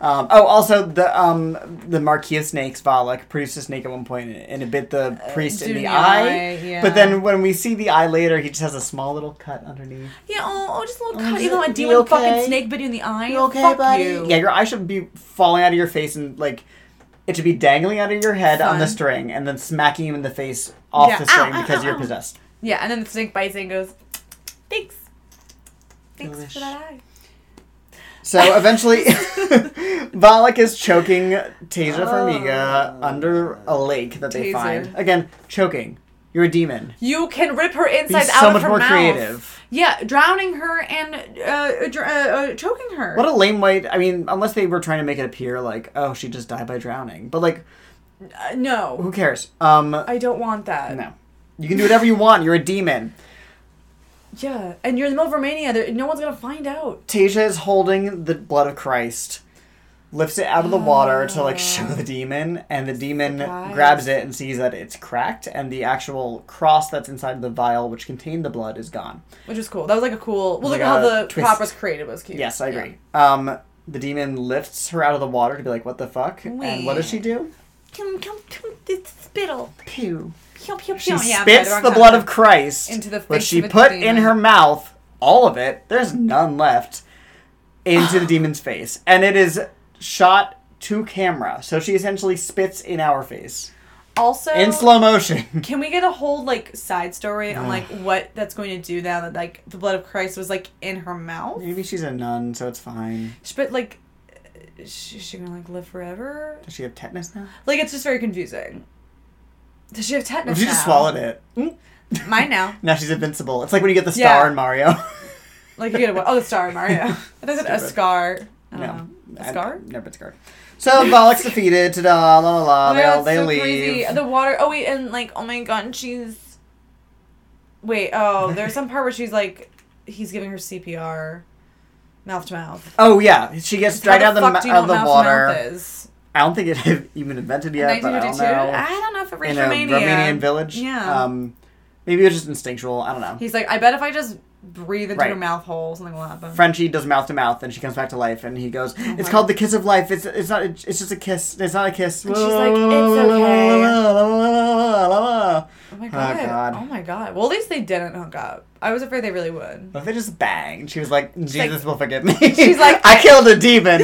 Speaker 1: Um, oh, also the um, the Marquis of Snakes, Valak, produced a snake at one point and it bit the priest in
Speaker 2: Uh, dude
Speaker 1: the
Speaker 2: in the
Speaker 1: eye.
Speaker 2: eye, yeah.
Speaker 1: But then when we see the eye later, he just has a small little cut underneath.
Speaker 2: yeah, oh, oh, just a little
Speaker 1: Oh,
Speaker 2: cut.
Speaker 1: is
Speaker 2: Even
Speaker 1: it-
Speaker 2: though I
Speaker 1: you
Speaker 2: do a fucking
Speaker 1: okay?
Speaker 2: snake bit you in the eye.
Speaker 1: You okay,
Speaker 2: Fuck
Speaker 1: buddy?
Speaker 2: you.
Speaker 1: Yeah, your eye should be falling out of your face and like it should be dangling out of your head on the
Speaker 2: Fun.
Speaker 1: string and then smacking you in the face off
Speaker 2: Yeah.
Speaker 1: the
Speaker 2: Ow,
Speaker 1: string
Speaker 2: ow,
Speaker 1: because
Speaker 2: ow,
Speaker 1: you're
Speaker 2: ow.
Speaker 1: possessed.
Speaker 2: Yeah, and then the snake bites it and goes, thanks. Thanks
Speaker 1: Delish.
Speaker 2: for that eye. (laughs)
Speaker 1: So eventually, (laughs) Valak is choking Tasia Farmiga
Speaker 3: Oh.
Speaker 1: under a lake that they
Speaker 2: Taser.
Speaker 1: find. Again, choking. You're a demon.
Speaker 2: You can rip her
Speaker 1: Be
Speaker 2: insides out
Speaker 1: so
Speaker 2: of
Speaker 1: much
Speaker 2: her
Speaker 1: more
Speaker 2: mouth.
Speaker 1: creative.
Speaker 2: Yeah, drowning her and uh, dr- uh, uh, choking her.
Speaker 1: What a lame way. I mean, unless they were trying to make it appear like, oh, she just died by drowning. But like,
Speaker 2: Uh, no,
Speaker 1: who cares? Um,
Speaker 2: I don't want that.
Speaker 1: no. You can do whatever you want. You're a demon.
Speaker 2: Yeah, and you're in the middle of Romania. There, no one's gonna find out.
Speaker 1: Tasia is holding the blood of Christ, lifts it out of the water to like show the demon, and the demon
Speaker 2: Oh. Surprise.
Speaker 1: grabs it and sees that it's cracked, and the actual cross that's inside the vial, which contained the blood, is gone.
Speaker 2: Which was cool. That was like a cool. Well,
Speaker 1: Like
Speaker 2: look at how
Speaker 1: a
Speaker 2: the
Speaker 1: twist.
Speaker 2: prop was created was cute.
Speaker 1: Yes, I
Speaker 2: Yeah.
Speaker 1: agree. Um, the demon lifts her out of the water to be like, "What the fuck?" And what does she do?
Speaker 2: Come, come, come, it's spittle.
Speaker 1: Pew.
Speaker 2: Pew, pew,
Speaker 1: She
Speaker 2: pew. Yeah, I'm sorry,
Speaker 1: spits
Speaker 2: wrong
Speaker 1: the
Speaker 2: time.
Speaker 1: blood of Christ,
Speaker 2: Into the
Speaker 1: which
Speaker 2: face
Speaker 1: she
Speaker 2: of a
Speaker 1: put in
Speaker 2: demon.
Speaker 1: her mouth, all of it. There's none left
Speaker 2: (sighs)
Speaker 1: into the demon's face, and it is shot to camera. So she essentially spits in our face
Speaker 2: Also,
Speaker 1: in slow motion. (laughs)
Speaker 2: can we get a whole like side story on like what that's going to do now that like the blood of Christ was like in her mouth?
Speaker 1: Maybe she's a nun, so it's fine.
Speaker 2: She- But like, is she, is she gonna like live forever?
Speaker 1: Does she have tetanus now?
Speaker 2: Like, it's just very confusing. Does she have
Speaker 1: Or
Speaker 2: tetanus?
Speaker 1: she just
Speaker 2: now?
Speaker 1: swallowed it. Mm.
Speaker 2: Mine now.
Speaker 1: Now she's invincible. It's like when you get the
Speaker 2: Yeah. Uh,
Speaker 1: star in Mario. (laughs)
Speaker 2: Like you get a oh the star Mario. I thought it was a
Speaker 1: Stupid.
Speaker 2: scar. I don't
Speaker 1: No.
Speaker 2: know. A
Speaker 1: I've
Speaker 2: scar.
Speaker 1: Never been scarred. So
Speaker 2: (laughs)
Speaker 1: Valak's defeated. Ta da, la la la.
Speaker 2: Oh my
Speaker 1: they
Speaker 2: God,
Speaker 1: all,
Speaker 2: it's
Speaker 1: they
Speaker 2: so
Speaker 1: leave.
Speaker 2: crazy. The water. Oh wait, and like oh my god, she's. Wait. Oh, there's some part where she's like, he's giving her CPR, mouth to mouth.
Speaker 1: Oh, yeah. She gets dragged
Speaker 2: How
Speaker 1: out of the,
Speaker 2: fuck
Speaker 1: ma-
Speaker 2: do you know
Speaker 1: out of the
Speaker 2: what
Speaker 1: water.
Speaker 2: Mouth to mouth is?
Speaker 1: I don't think it had (laughs) even invented yet, but I don't
Speaker 2: 1952.
Speaker 1: know.
Speaker 2: I don't know if it reached
Speaker 1: In a
Speaker 2: Romania.
Speaker 1: Romanian village.
Speaker 2: Ah, Yeah.
Speaker 1: Um, maybe it was just instinctual. I don't know.
Speaker 2: He's like, I bet if I just breathe into
Speaker 1: Right.
Speaker 2: her mouth hole, something will happen.
Speaker 1: Frenchie does mouth to mouth, and she comes back to life, and he goes, "It's
Speaker 2: Oh my-
Speaker 1: called the kiss of life. It's it's not. It's just a kiss. It's not a kiss."
Speaker 2: And she's
Speaker 1: (laughs)
Speaker 2: like, "It's okay." oh my god.
Speaker 1: God.
Speaker 2: Oh my god. Well, at least they didn't hook up. I was afraid they really would.
Speaker 1: What if they just banged? She was like, "Jesus
Speaker 2: like-
Speaker 1: will forgive me."
Speaker 2: (laughs) she's like,
Speaker 1: (laughs) "I
Speaker 2: I-
Speaker 1: killed a
Speaker 2: (laughs)
Speaker 1: demon."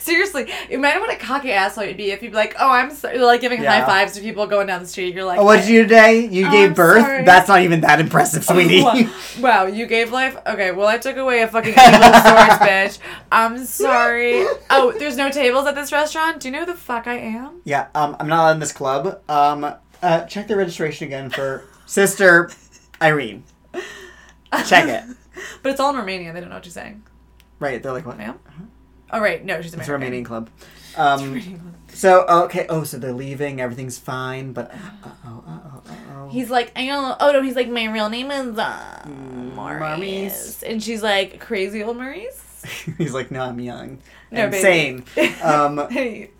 Speaker 2: Seriously, imagine what a cocky asshole you'd be if you'd be like, "Oh, I'm sorry," like giving
Speaker 1: Yeah.
Speaker 2: high fives to people going down the street. You're like,
Speaker 1: oh, what did you do today? You
Speaker 2: Oh,
Speaker 1: gave
Speaker 2: I'm
Speaker 1: birth.
Speaker 2: sorry. Oh,
Speaker 1: That's not even that impressive, sweetie. (laughs)
Speaker 2: Wow, wow, you gave life. Okay, well, I took away a fucking evil
Speaker 1: (laughs)
Speaker 2: source, bitch. I'm sorry. Oh, there's no tables at this restaurant. Do you know who the fuck I am?
Speaker 1: yeah, um, I'm not allowed in this club. Um, uh, check the registration again for Sister Irene. Check it.
Speaker 2: (laughs) But it's all in Romania. They don't know what you're saying.
Speaker 1: Right? They're like, "What?"
Speaker 2: Ma'am. Oh right, no, she's
Speaker 1: Uh-huh. It's
Speaker 2: American.
Speaker 1: a
Speaker 2: (laughs)
Speaker 1: Romanian club. Um,
Speaker 2: Romanian.
Speaker 1: So okay, oh, so they're leaving. Everything's fine, but uh oh, uh oh, uh oh.
Speaker 2: He's like, I don't know. Oh no, he's like, my real name is uh, Maurice.
Speaker 1: Maurice.
Speaker 2: and she's like, crazy old Maurice.
Speaker 1: (laughs)
Speaker 2: (laughs)
Speaker 1: He's like, no, I'm young,
Speaker 2: No,
Speaker 1: no,
Speaker 2: baby.
Speaker 1: insane.
Speaker 2: (laughs)
Speaker 1: Um,
Speaker 2: Hey,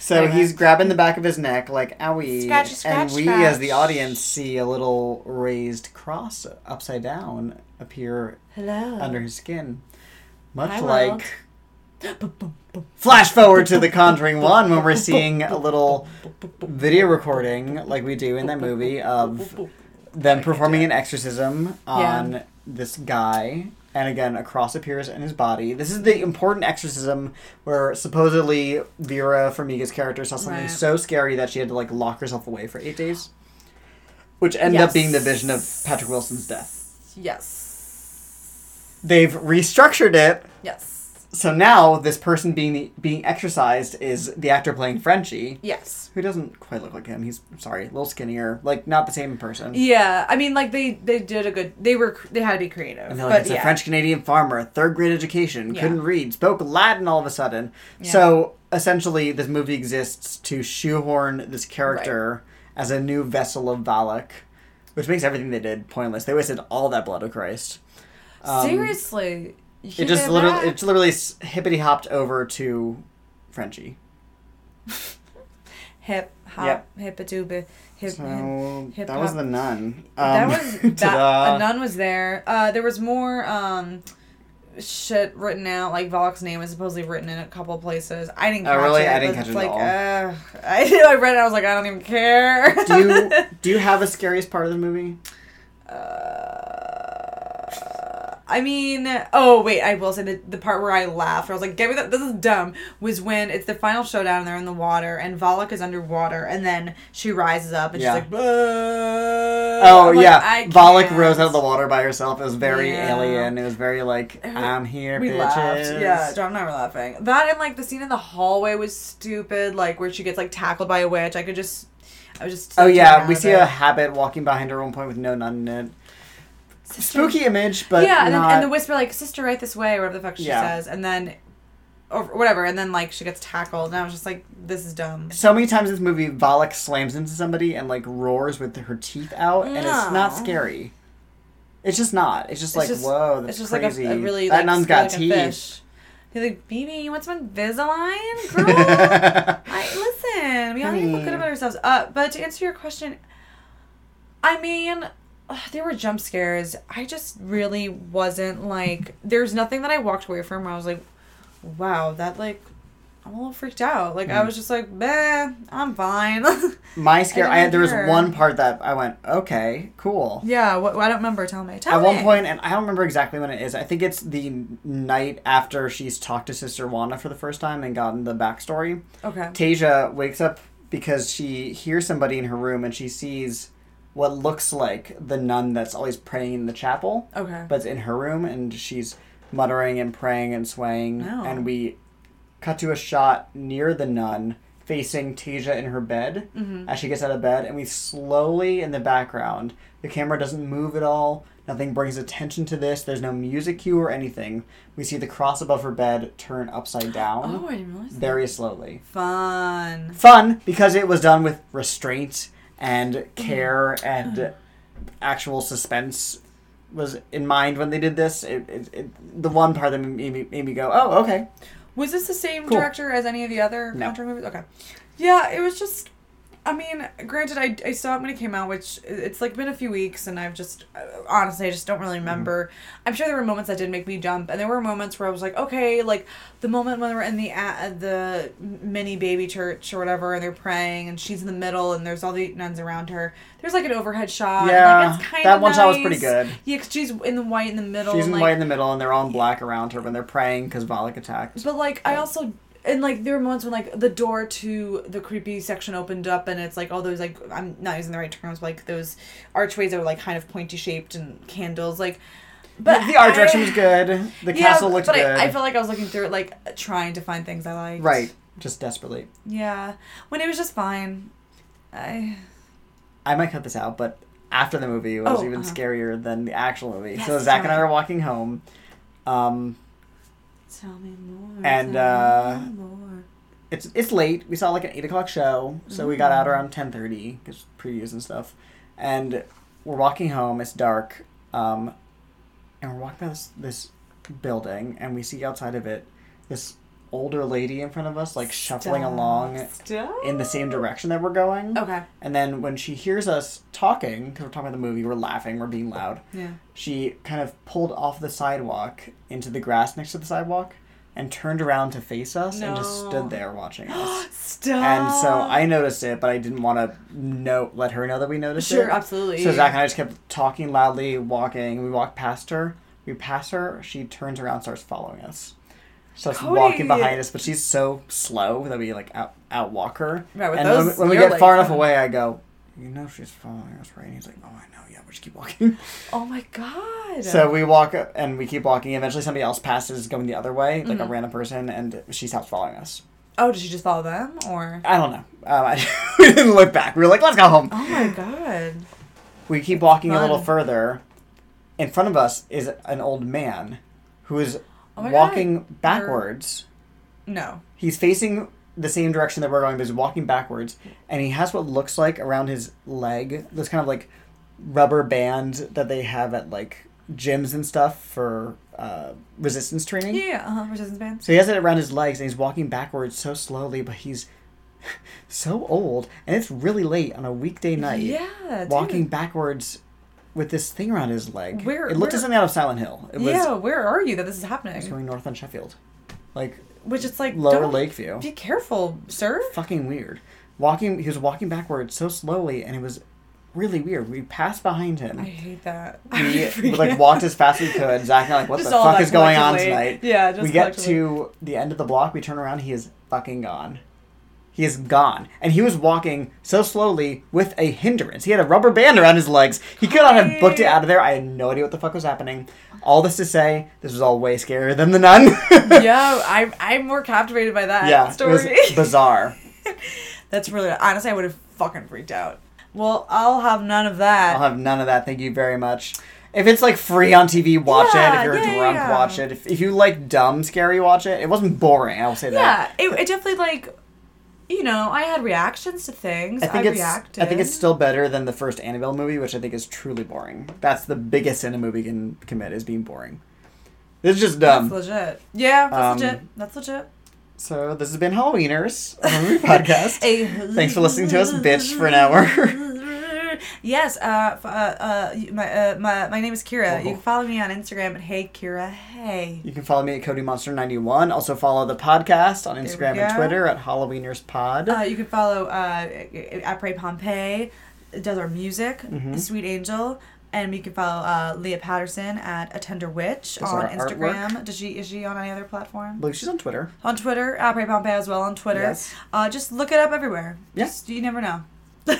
Speaker 1: so
Speaker 2: Anyway.
Speaker 1: he's grabbing the back of his neck, like owie,
Speaker 2: Scratch, scratch,
Speaker 1: and we as the
Speaker 2: scratch.
Speaker 1: audience see a little raised cross upside down appear
Speaker 2: hello.
Speaker 1: under his skin, much
Speaker 2: Hi,
Speaker 1: like.
Speaker 2: world.
Speaker 1: Flash forward to The Conjuring One when we're seeing a little video recording, like we do in that movie, of them performing an exorcism on
Speaker 2: Yeah.
Speaker 1: this guy and again a cross appears in his body this is the important exorcism where supposedly vera farmiga's character saw something
Speaker 2: Right.
Speaker 1: so scary that she had to like lock herself away for eight days which ended up being the vision of patrick wilson's death
Speaker 2: Yes.
Speaker 1: they've restructured it
Speaker 2: Yes.
Speaker 1: so now this person being being exorcised is the actor playing frenchie
Speaker 2: Yes.
Speaker 1: who doesn't quite look like him he's sorry a little skinnier like not the same person
Speaker 2: Yeah, I mean, like they they did a good. They were they had to be creative,
Speaker 1: And they're like,
Speaker 2: but
Speaker 1: it's
Speaker 2: yeah,
Speaker 1: a French Canadian farmer, third grade education,
Speaker 2: Yeah.
Speaker 1: couldn't read, spoke Latin all of a sudden.
Speaker 2: Yeah.
Speaker 1: So essentially, this movie exists to shoehorn this character as a new vessel of Valak, which makes everything they did pointless. They wasted all that blood of Christ. Um,
Speaker 2: seriously, You
Speaker 1: It
Speaker 2: can't
Speaker 1: just
Speaker 2: get
Speaker 1: literally,
Speaker 2: back.
Speaker 1: it's literally hippity hopped over to Frenchie.
Speaker 2: hip hop
Speaker 1: Yep.
Speaker 2: hip a doob hip. hip.
Speaker 1: So
Speaker 2: hip
Speaker 1: that was
Speaker 2: hop.
Speaker 1: the nun. Um, (laughs)
Speaker 2: That was that.
Speaker 1: ta-da.
Speaker 2: A nun was there. Uh, there was more um, shit written out. Like Valak's name was supposedly written in a couple places. I didn't.
Speaker 1: Oh,
Speaker 2: Catch
Speaker 1: really?
Speaker 2: It,
Speaker 1: I didn't
Speaker 2: but
Speaker 1: catch
Speaker 2: it's
Speaker 1: it at
Speaker 2: like, ugh. (laughs) I did. I read it. I was like, I don't even care.
Speaker 1: do (laughs) you do you have a scariest part of the movie?
Speaker 2: Uh, I mean, oh wait, I will say the, the part where I laughed, where I was like, "Get me that! This is dumb." Was when it's the final showdown, and they're in the water, and Valak is underwater, and then she rises up, and
Speaker 1: Yeah.
Speaker 2: she's like, "Oh
Speaker 1: Oh yeah, Valak rose out of the water by herself. It was very
Speaker 2: Yeah.
Speaker 1: alien. It was very like I'm here,
Speaker 2: We
Speaker 1: bitches.
Speaker 2: laughed. Yeah, John and I were laughing. That and like the scene in the hallway was stupid, like where she gets like tackled by a witch. I could just, I was just.
Speaker 1: Oh
Speaker 2: such a
Speaker 1: yeah, we
Speaker 2: habit.
Speaker 1: see a habit walking behind her at one point with no nun in it.
Speaker 2: Such a-
Speaker 1: Spooky image, but
Speaker 2: yeah, and,
Speaker 1: not.
Speaker 2: then, and the whisper like "sister, right this way," or whatever the fuck she
Speaker 1: Yeah.
Speaker 2: says, and then, or whatever, and then like she gets tackled, and I was just like, "This is dumb."
Speaker 1: so many times in this movie, Valak slams into somebody and like roars with her teeth out, and it's not
Speaker 2: No.
Speaker 1: scary. It's just not. It's just like
Speaker 2: just-
Speaker 1: whoa, that's
Speaker 2: It's just
Speaker 1: crazy.
Speaker 2: like a, a really
Speaker 1: that
Speaker 2: like,
Speaker 1: nun's
Speaker 2: squid
Speaker 1: got
Speaker 2: like a
Speaker 1: teeth.
Speaker 2: fish. He's like, "Baby, you want some
Speaker 1: (laughs)
Speaker 2: Invisalign, girl?" I listen. We all need to feel
Speaker 1: Honey.
Speaker 2: good about ourselves. Uh, but to answer your question, I mean, ugh, there were jump scares. I just really wasn't like. There's nothing that I walked away from where I was like, "Wow, that like." I'm a little freaked out. Like
Speaker 1: Hmm.
Speaker 2: I was just like, "Meh, I'm fine." (laughs)
Speaker 1: My scare.
Speaker 2: didn't
Speaker 1: I, had there was
Speaker 2: hear.
Speaker 1: one part that I went, okay, cool.
Speaker 2: yeah, what, I don't remember. Tell me. Tell
Speaker 1: At
Speaker 2: me.
Speaker 1: one point, and I don't remember exactly when it is. I think it's the night after she's talked to Sister Wanda for the first time and gotten the backstory.
Speaker 2: Okay.
Speaker 1: Tasia wakes up because she hears somebody in her room and she sees what looks like the nun that's always praying in the chapel,
Speaker 2: Okay.
Speaker 1: but it's in her room and she's muttering and praying and swaying.
Speaker 2: Oh.
Speaker 1: And we cut to a shot near the nun facing Tasia in her bed
Speaker 2: Mhm.
Speaker 1: as she gets out of bed. And we slowly, in the background, the camera doesn't move at all. Nothing brings attention to this. There's no music cue or anything. We see the cross above her bed turn upside down
Speaker 2: Oh, I didn't realize. That.
Speaker 1: very slowly
Speaker 2: Fun.
Speaker 1: fun because it was done with restraint and care
Speaker 2: Mm. Uh-huh.
Speaker 1: and actual suspense was in mind when they did this. It, it, it, the one part that made me, made me go, oh, okay.
Speaker 2: Was this the same
Speaker 1: Cool.
Speaker 2: director as any of the other
Speaker 1: No.
Speaker 2: Conjuring movies? Okay. Yeah, it was just. I mean, granted, I, I saw it when it came out, which it's like been a few weeks, and I've just uh, honestly I just don't
Speaker 1: Mm-hmm.
Speaker 2: really remember. I'm sure there were moments that did make me jump, and there were moments where I was like, okay, like the moment when we're in the uh, the mini baby church or whatever, and they're praying, and she's in the middle, and there's all the nuns around her. There's like an overhead shot. and,
Speaker 1: Yeah,
Speaker 2: like, it's kinda
Speaker 1: that one shot was pretty
Speaker 2: nice.
Speaker 1: good.
Speaker 2: Yeah, 'cause she's in the white in the middle.
Speaker 1: She's in
Speaker 2: and, like,
Speaker 1: white in the middle, and they're all in black around her when they're praying because Valak attacked.
Speaker 2: but like I also and like there were moments when like the door to the creepy section opened up and it's like all those like I'm not using the right terms but, like those archways are like kind of pointy shaped and candles like but
Speaker 1: the art
Speaker 2: I-
Speaker 1: direction was good. The
Speaker 2: yeah,
Speaker 1: castle looked
Speaker 2: but
Speaker 1: good.
Speaker 2: I, I felt like I was looking through it like trying to find things I liked
Speaker 1: right, just desperately.
Speaker 2: yeah when it was just fine I
Speaker 1: I might cut this out, but after the movie it was
Speaker 2: Oh,
Speaker 1: even
Speaker 2: uh-huh.
Speaker 1: scarier than the actual movie. so
Speaker 2: Yes,
Speaker 1: Zach and I
Speaker 2: tell me.
Speaker 1: were walking home. Um,
Speaker 2: tell me more
Speaker 1: And,
Speaker 2: tell
Speaker 1: uh,
Speaker 2: me more.
Speaker 1: it's it's late. We saw like an eight o'clock show, so we
Speaker 2: Mm-hmm.
Speaker 1: got out around ten thirty because previews and stuff. And we're walking home. It's dark, um, and we're walking by this this building, and we see outside of it this older lady in front of us, like shuffling
Speaker 2: Stop.
Speaker 1: along
Speaker 2: Stop.
Speaker 1: in the same direction that we're going.
Speaker 2: okay
Speaker 1: And then when she hears us talking, because we're talking about the movie, we're laughing, we're being loud.
Speaker 2: yeah
Speaker 1: She kind of pulled off the sidewalk into the grass next to the sidewalk and turned around to face us and just
Speaker 2: No.
Speaker 1: stood there watching
Speaker 2: (gasps)
Speaker 1: us.
Speaker 2: stop
Speaker 1: And so I noticed it, but I didn't want to know, let her know that we noticed it.
Speaker 2: sure absolutely
Speaker 1: So Zach and I just kept talking loudly, walking. We walked past her. We pass her. She turns around, starts following us. Starts
Speaker 2: Cody!
Speaker 1: walking behind us, but she's so slow that we like out outwalk her.
Speaker 2: Right, with
Speaker 1: and
Speaker 2: those-
Speaker 1: when, when we
Speaker 2: you're
Speaker 1: get far
Speaker 2: like-
Speaker 1: enough away, I go, "You know she's following us, right?" And he's like, "Oh, I know. Yeah, we just keep walking."
Speaker 2: oh my god
Speaker 1: So we walk up and we keep walking. Eventually, somebody else passes, going the other way, like a
Speaker 2: Mm-hmm.
Speaker 1: random person, and she stops following us.
Speaker 2: Oh, did she just follow them or?
Speaker 1: I don't know. Um, I, (laughs) we didn't look back. We were like, "Let's go home."
Speaker 2: Oh my god.
Speaker 1: We keep walking a
Speaker 2: Fun.
Speaker 1: little further. In front of us is an old man who is
Speaker 2: Oh my
Speaker 1: walking
Speaker 2: Or-
Speaker 1: backwards.
Speaker 2: No.
Speaker 1: He's facing the same direction that we're going, but he's walking backwards. And he has what looks like around his leg this kind of like rubber band that they have at like gyms and stuff for uh, resistance training.
Speaker 2: Yeah, yeah, uh-huh, resistance bands.
Speaker 1: So he has it around his legs and he's walking backwards so slowly, but he's (laughs) so old and it's really late on a weekday night.
Speaker 2: Yeah,
Speaker 1: Walking
Speaker 2: dude.
Speaker 1: backwards with this thing around his leg.
Speaker 2: Where-
Speaker 1: it looked
Speaker 2: where-
Speaker 1: at something out of Silent Hill. It was
Speaker 2: yeah, where are you that this is
Speaker 1: it was
Speaker 2: happening?
Speaker 1: going north on Sheffield. Like
Speaker 2: Which it's like
Speaker 1: lower
Speaker 2: don't-
Speaker 1: Lakeview.
Speaker 2: Be careful, sir.
Speaker 1: Fucking weird. Walking he was walking backwards so slowly and it was really weird. We passed behind him.
Speaker 2: I hate that. (laughs)
Speaker 1: we
Speaker 2: I freak
Speaker 1: like
Speaker 2: out.
Speaker 1: walked as fast as we could. Zach and I like, what
Speaker 2: Just
Speaker 1: the
Speaker 2: all
Speaker 1: fuck
Speaker 2: that
Speaker 1: is going on
Speaker 2: collectively.
Speaker 1: tonight?
Speaker 2: Yeah, just
Speaker 1: we get
Speaker 2: collectively.
Speaker 1: to the end of the block. We turn around. He is fucking gone. He is gone, and he was walking so slowly with a hindrance. He had a rubber band around his legs. He could not have booked it out of there. I had no idea what the fuck was happening. All this to say, this was all way scarier than the nun. (laughs)
Speaker 2: Yo, I'm I'm more captivated by that
Speaker 1: yeah, it
Speaker 2: story. (laughs)
Speaker 1: was bizarre.
Speaker 2: That's really honestly, I would have fucking freaked out. Well, I'll have none of that.
Speaker 1: I'll have none of that. Thank you very much. If it's like free on TV, watch it.
Speaker 2: Yeah,
Speaker 1: If you're
Speaker 2: yeah,
Speaker 1: drunk,
Speaker 2: yeah.
Speaker 1: watch it. If, if you like dumb, scary, watch it. It wasn't boring. I'll say that.
Speaker 2: yeah, it, it definitely like, you know, I had reactions to things.
Speaker 1: I
Speaker 2: I,
Speaker 1: think it's
Speaker 2: reacted.
Speaker 1: I think it's still better than the first Annabelle movie, which I think is truly boring. That's the biggest sin a movie can commit is being boring. This is just
Speaker 2: that's
Speaker 1: dumb.
Speaker 2: legit. Yeah,
Speaker 1: um,
Speaker 2: that's legit. That's legit.
Speaker 1: So this has been Halloweeners, a movie (laughs) podcast. Thanks for listening to us, bitch, for an hour. (laughs)
Speaker 2: yes, uh, f- uh, uh, y- my, uh, my, my name is Kira.
Speaker 1: Whoa.
Speaker 2: You can follow me on Instagram at Hey Kira Hey.
Speaker 1: You can follow me at Cody Monster ninety one. Also follow the podcast on
Speaker 2: we
Speaker 1: Instagram and
Speaker 2: go.
Speaker 1: Twitter at Halloweeners Pod.
Speaker 2: Uh, you can follow uh, I Pray Pompeii, it does our music,
Speaker 1: Mm-hmm.
Speaker 2: Sweet Angel, and you can follow uh, Leah Patterson at A Tender Witch
Speaker 1: Does
Speaker 2: on
Speaker 1: our
Speaker 2: Instagram. Does she is she on any other platform?
Speaker 1: Look, she's on Twitter.
Speaker 2: On Twitter, I Pray Pompeii as well on Twitter.
Speaker 1: Yes.
Speaker 2: Uh, just look it up everywhere.
Speaker 1: Yeah.
Speaker 2: Just, you never know.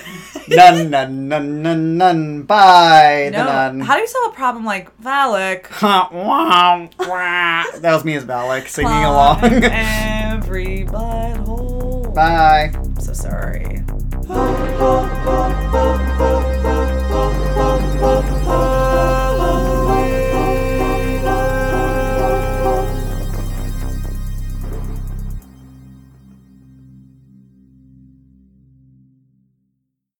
Speaker 2: (laughs)
Speaker 1: Nun nun nun nun nun. Bye. The nun.
Speaker 2: How do you solve a problem like Valak?
Speaker 1: Wah, wah. that was me as Valak singing
Speaker 2: (laughs) Climb
Speaker 1: along. (laughs)
Speaker 2: Every butthole.
Speaker 1: Bye.
Speaker 2: I'm so sorry.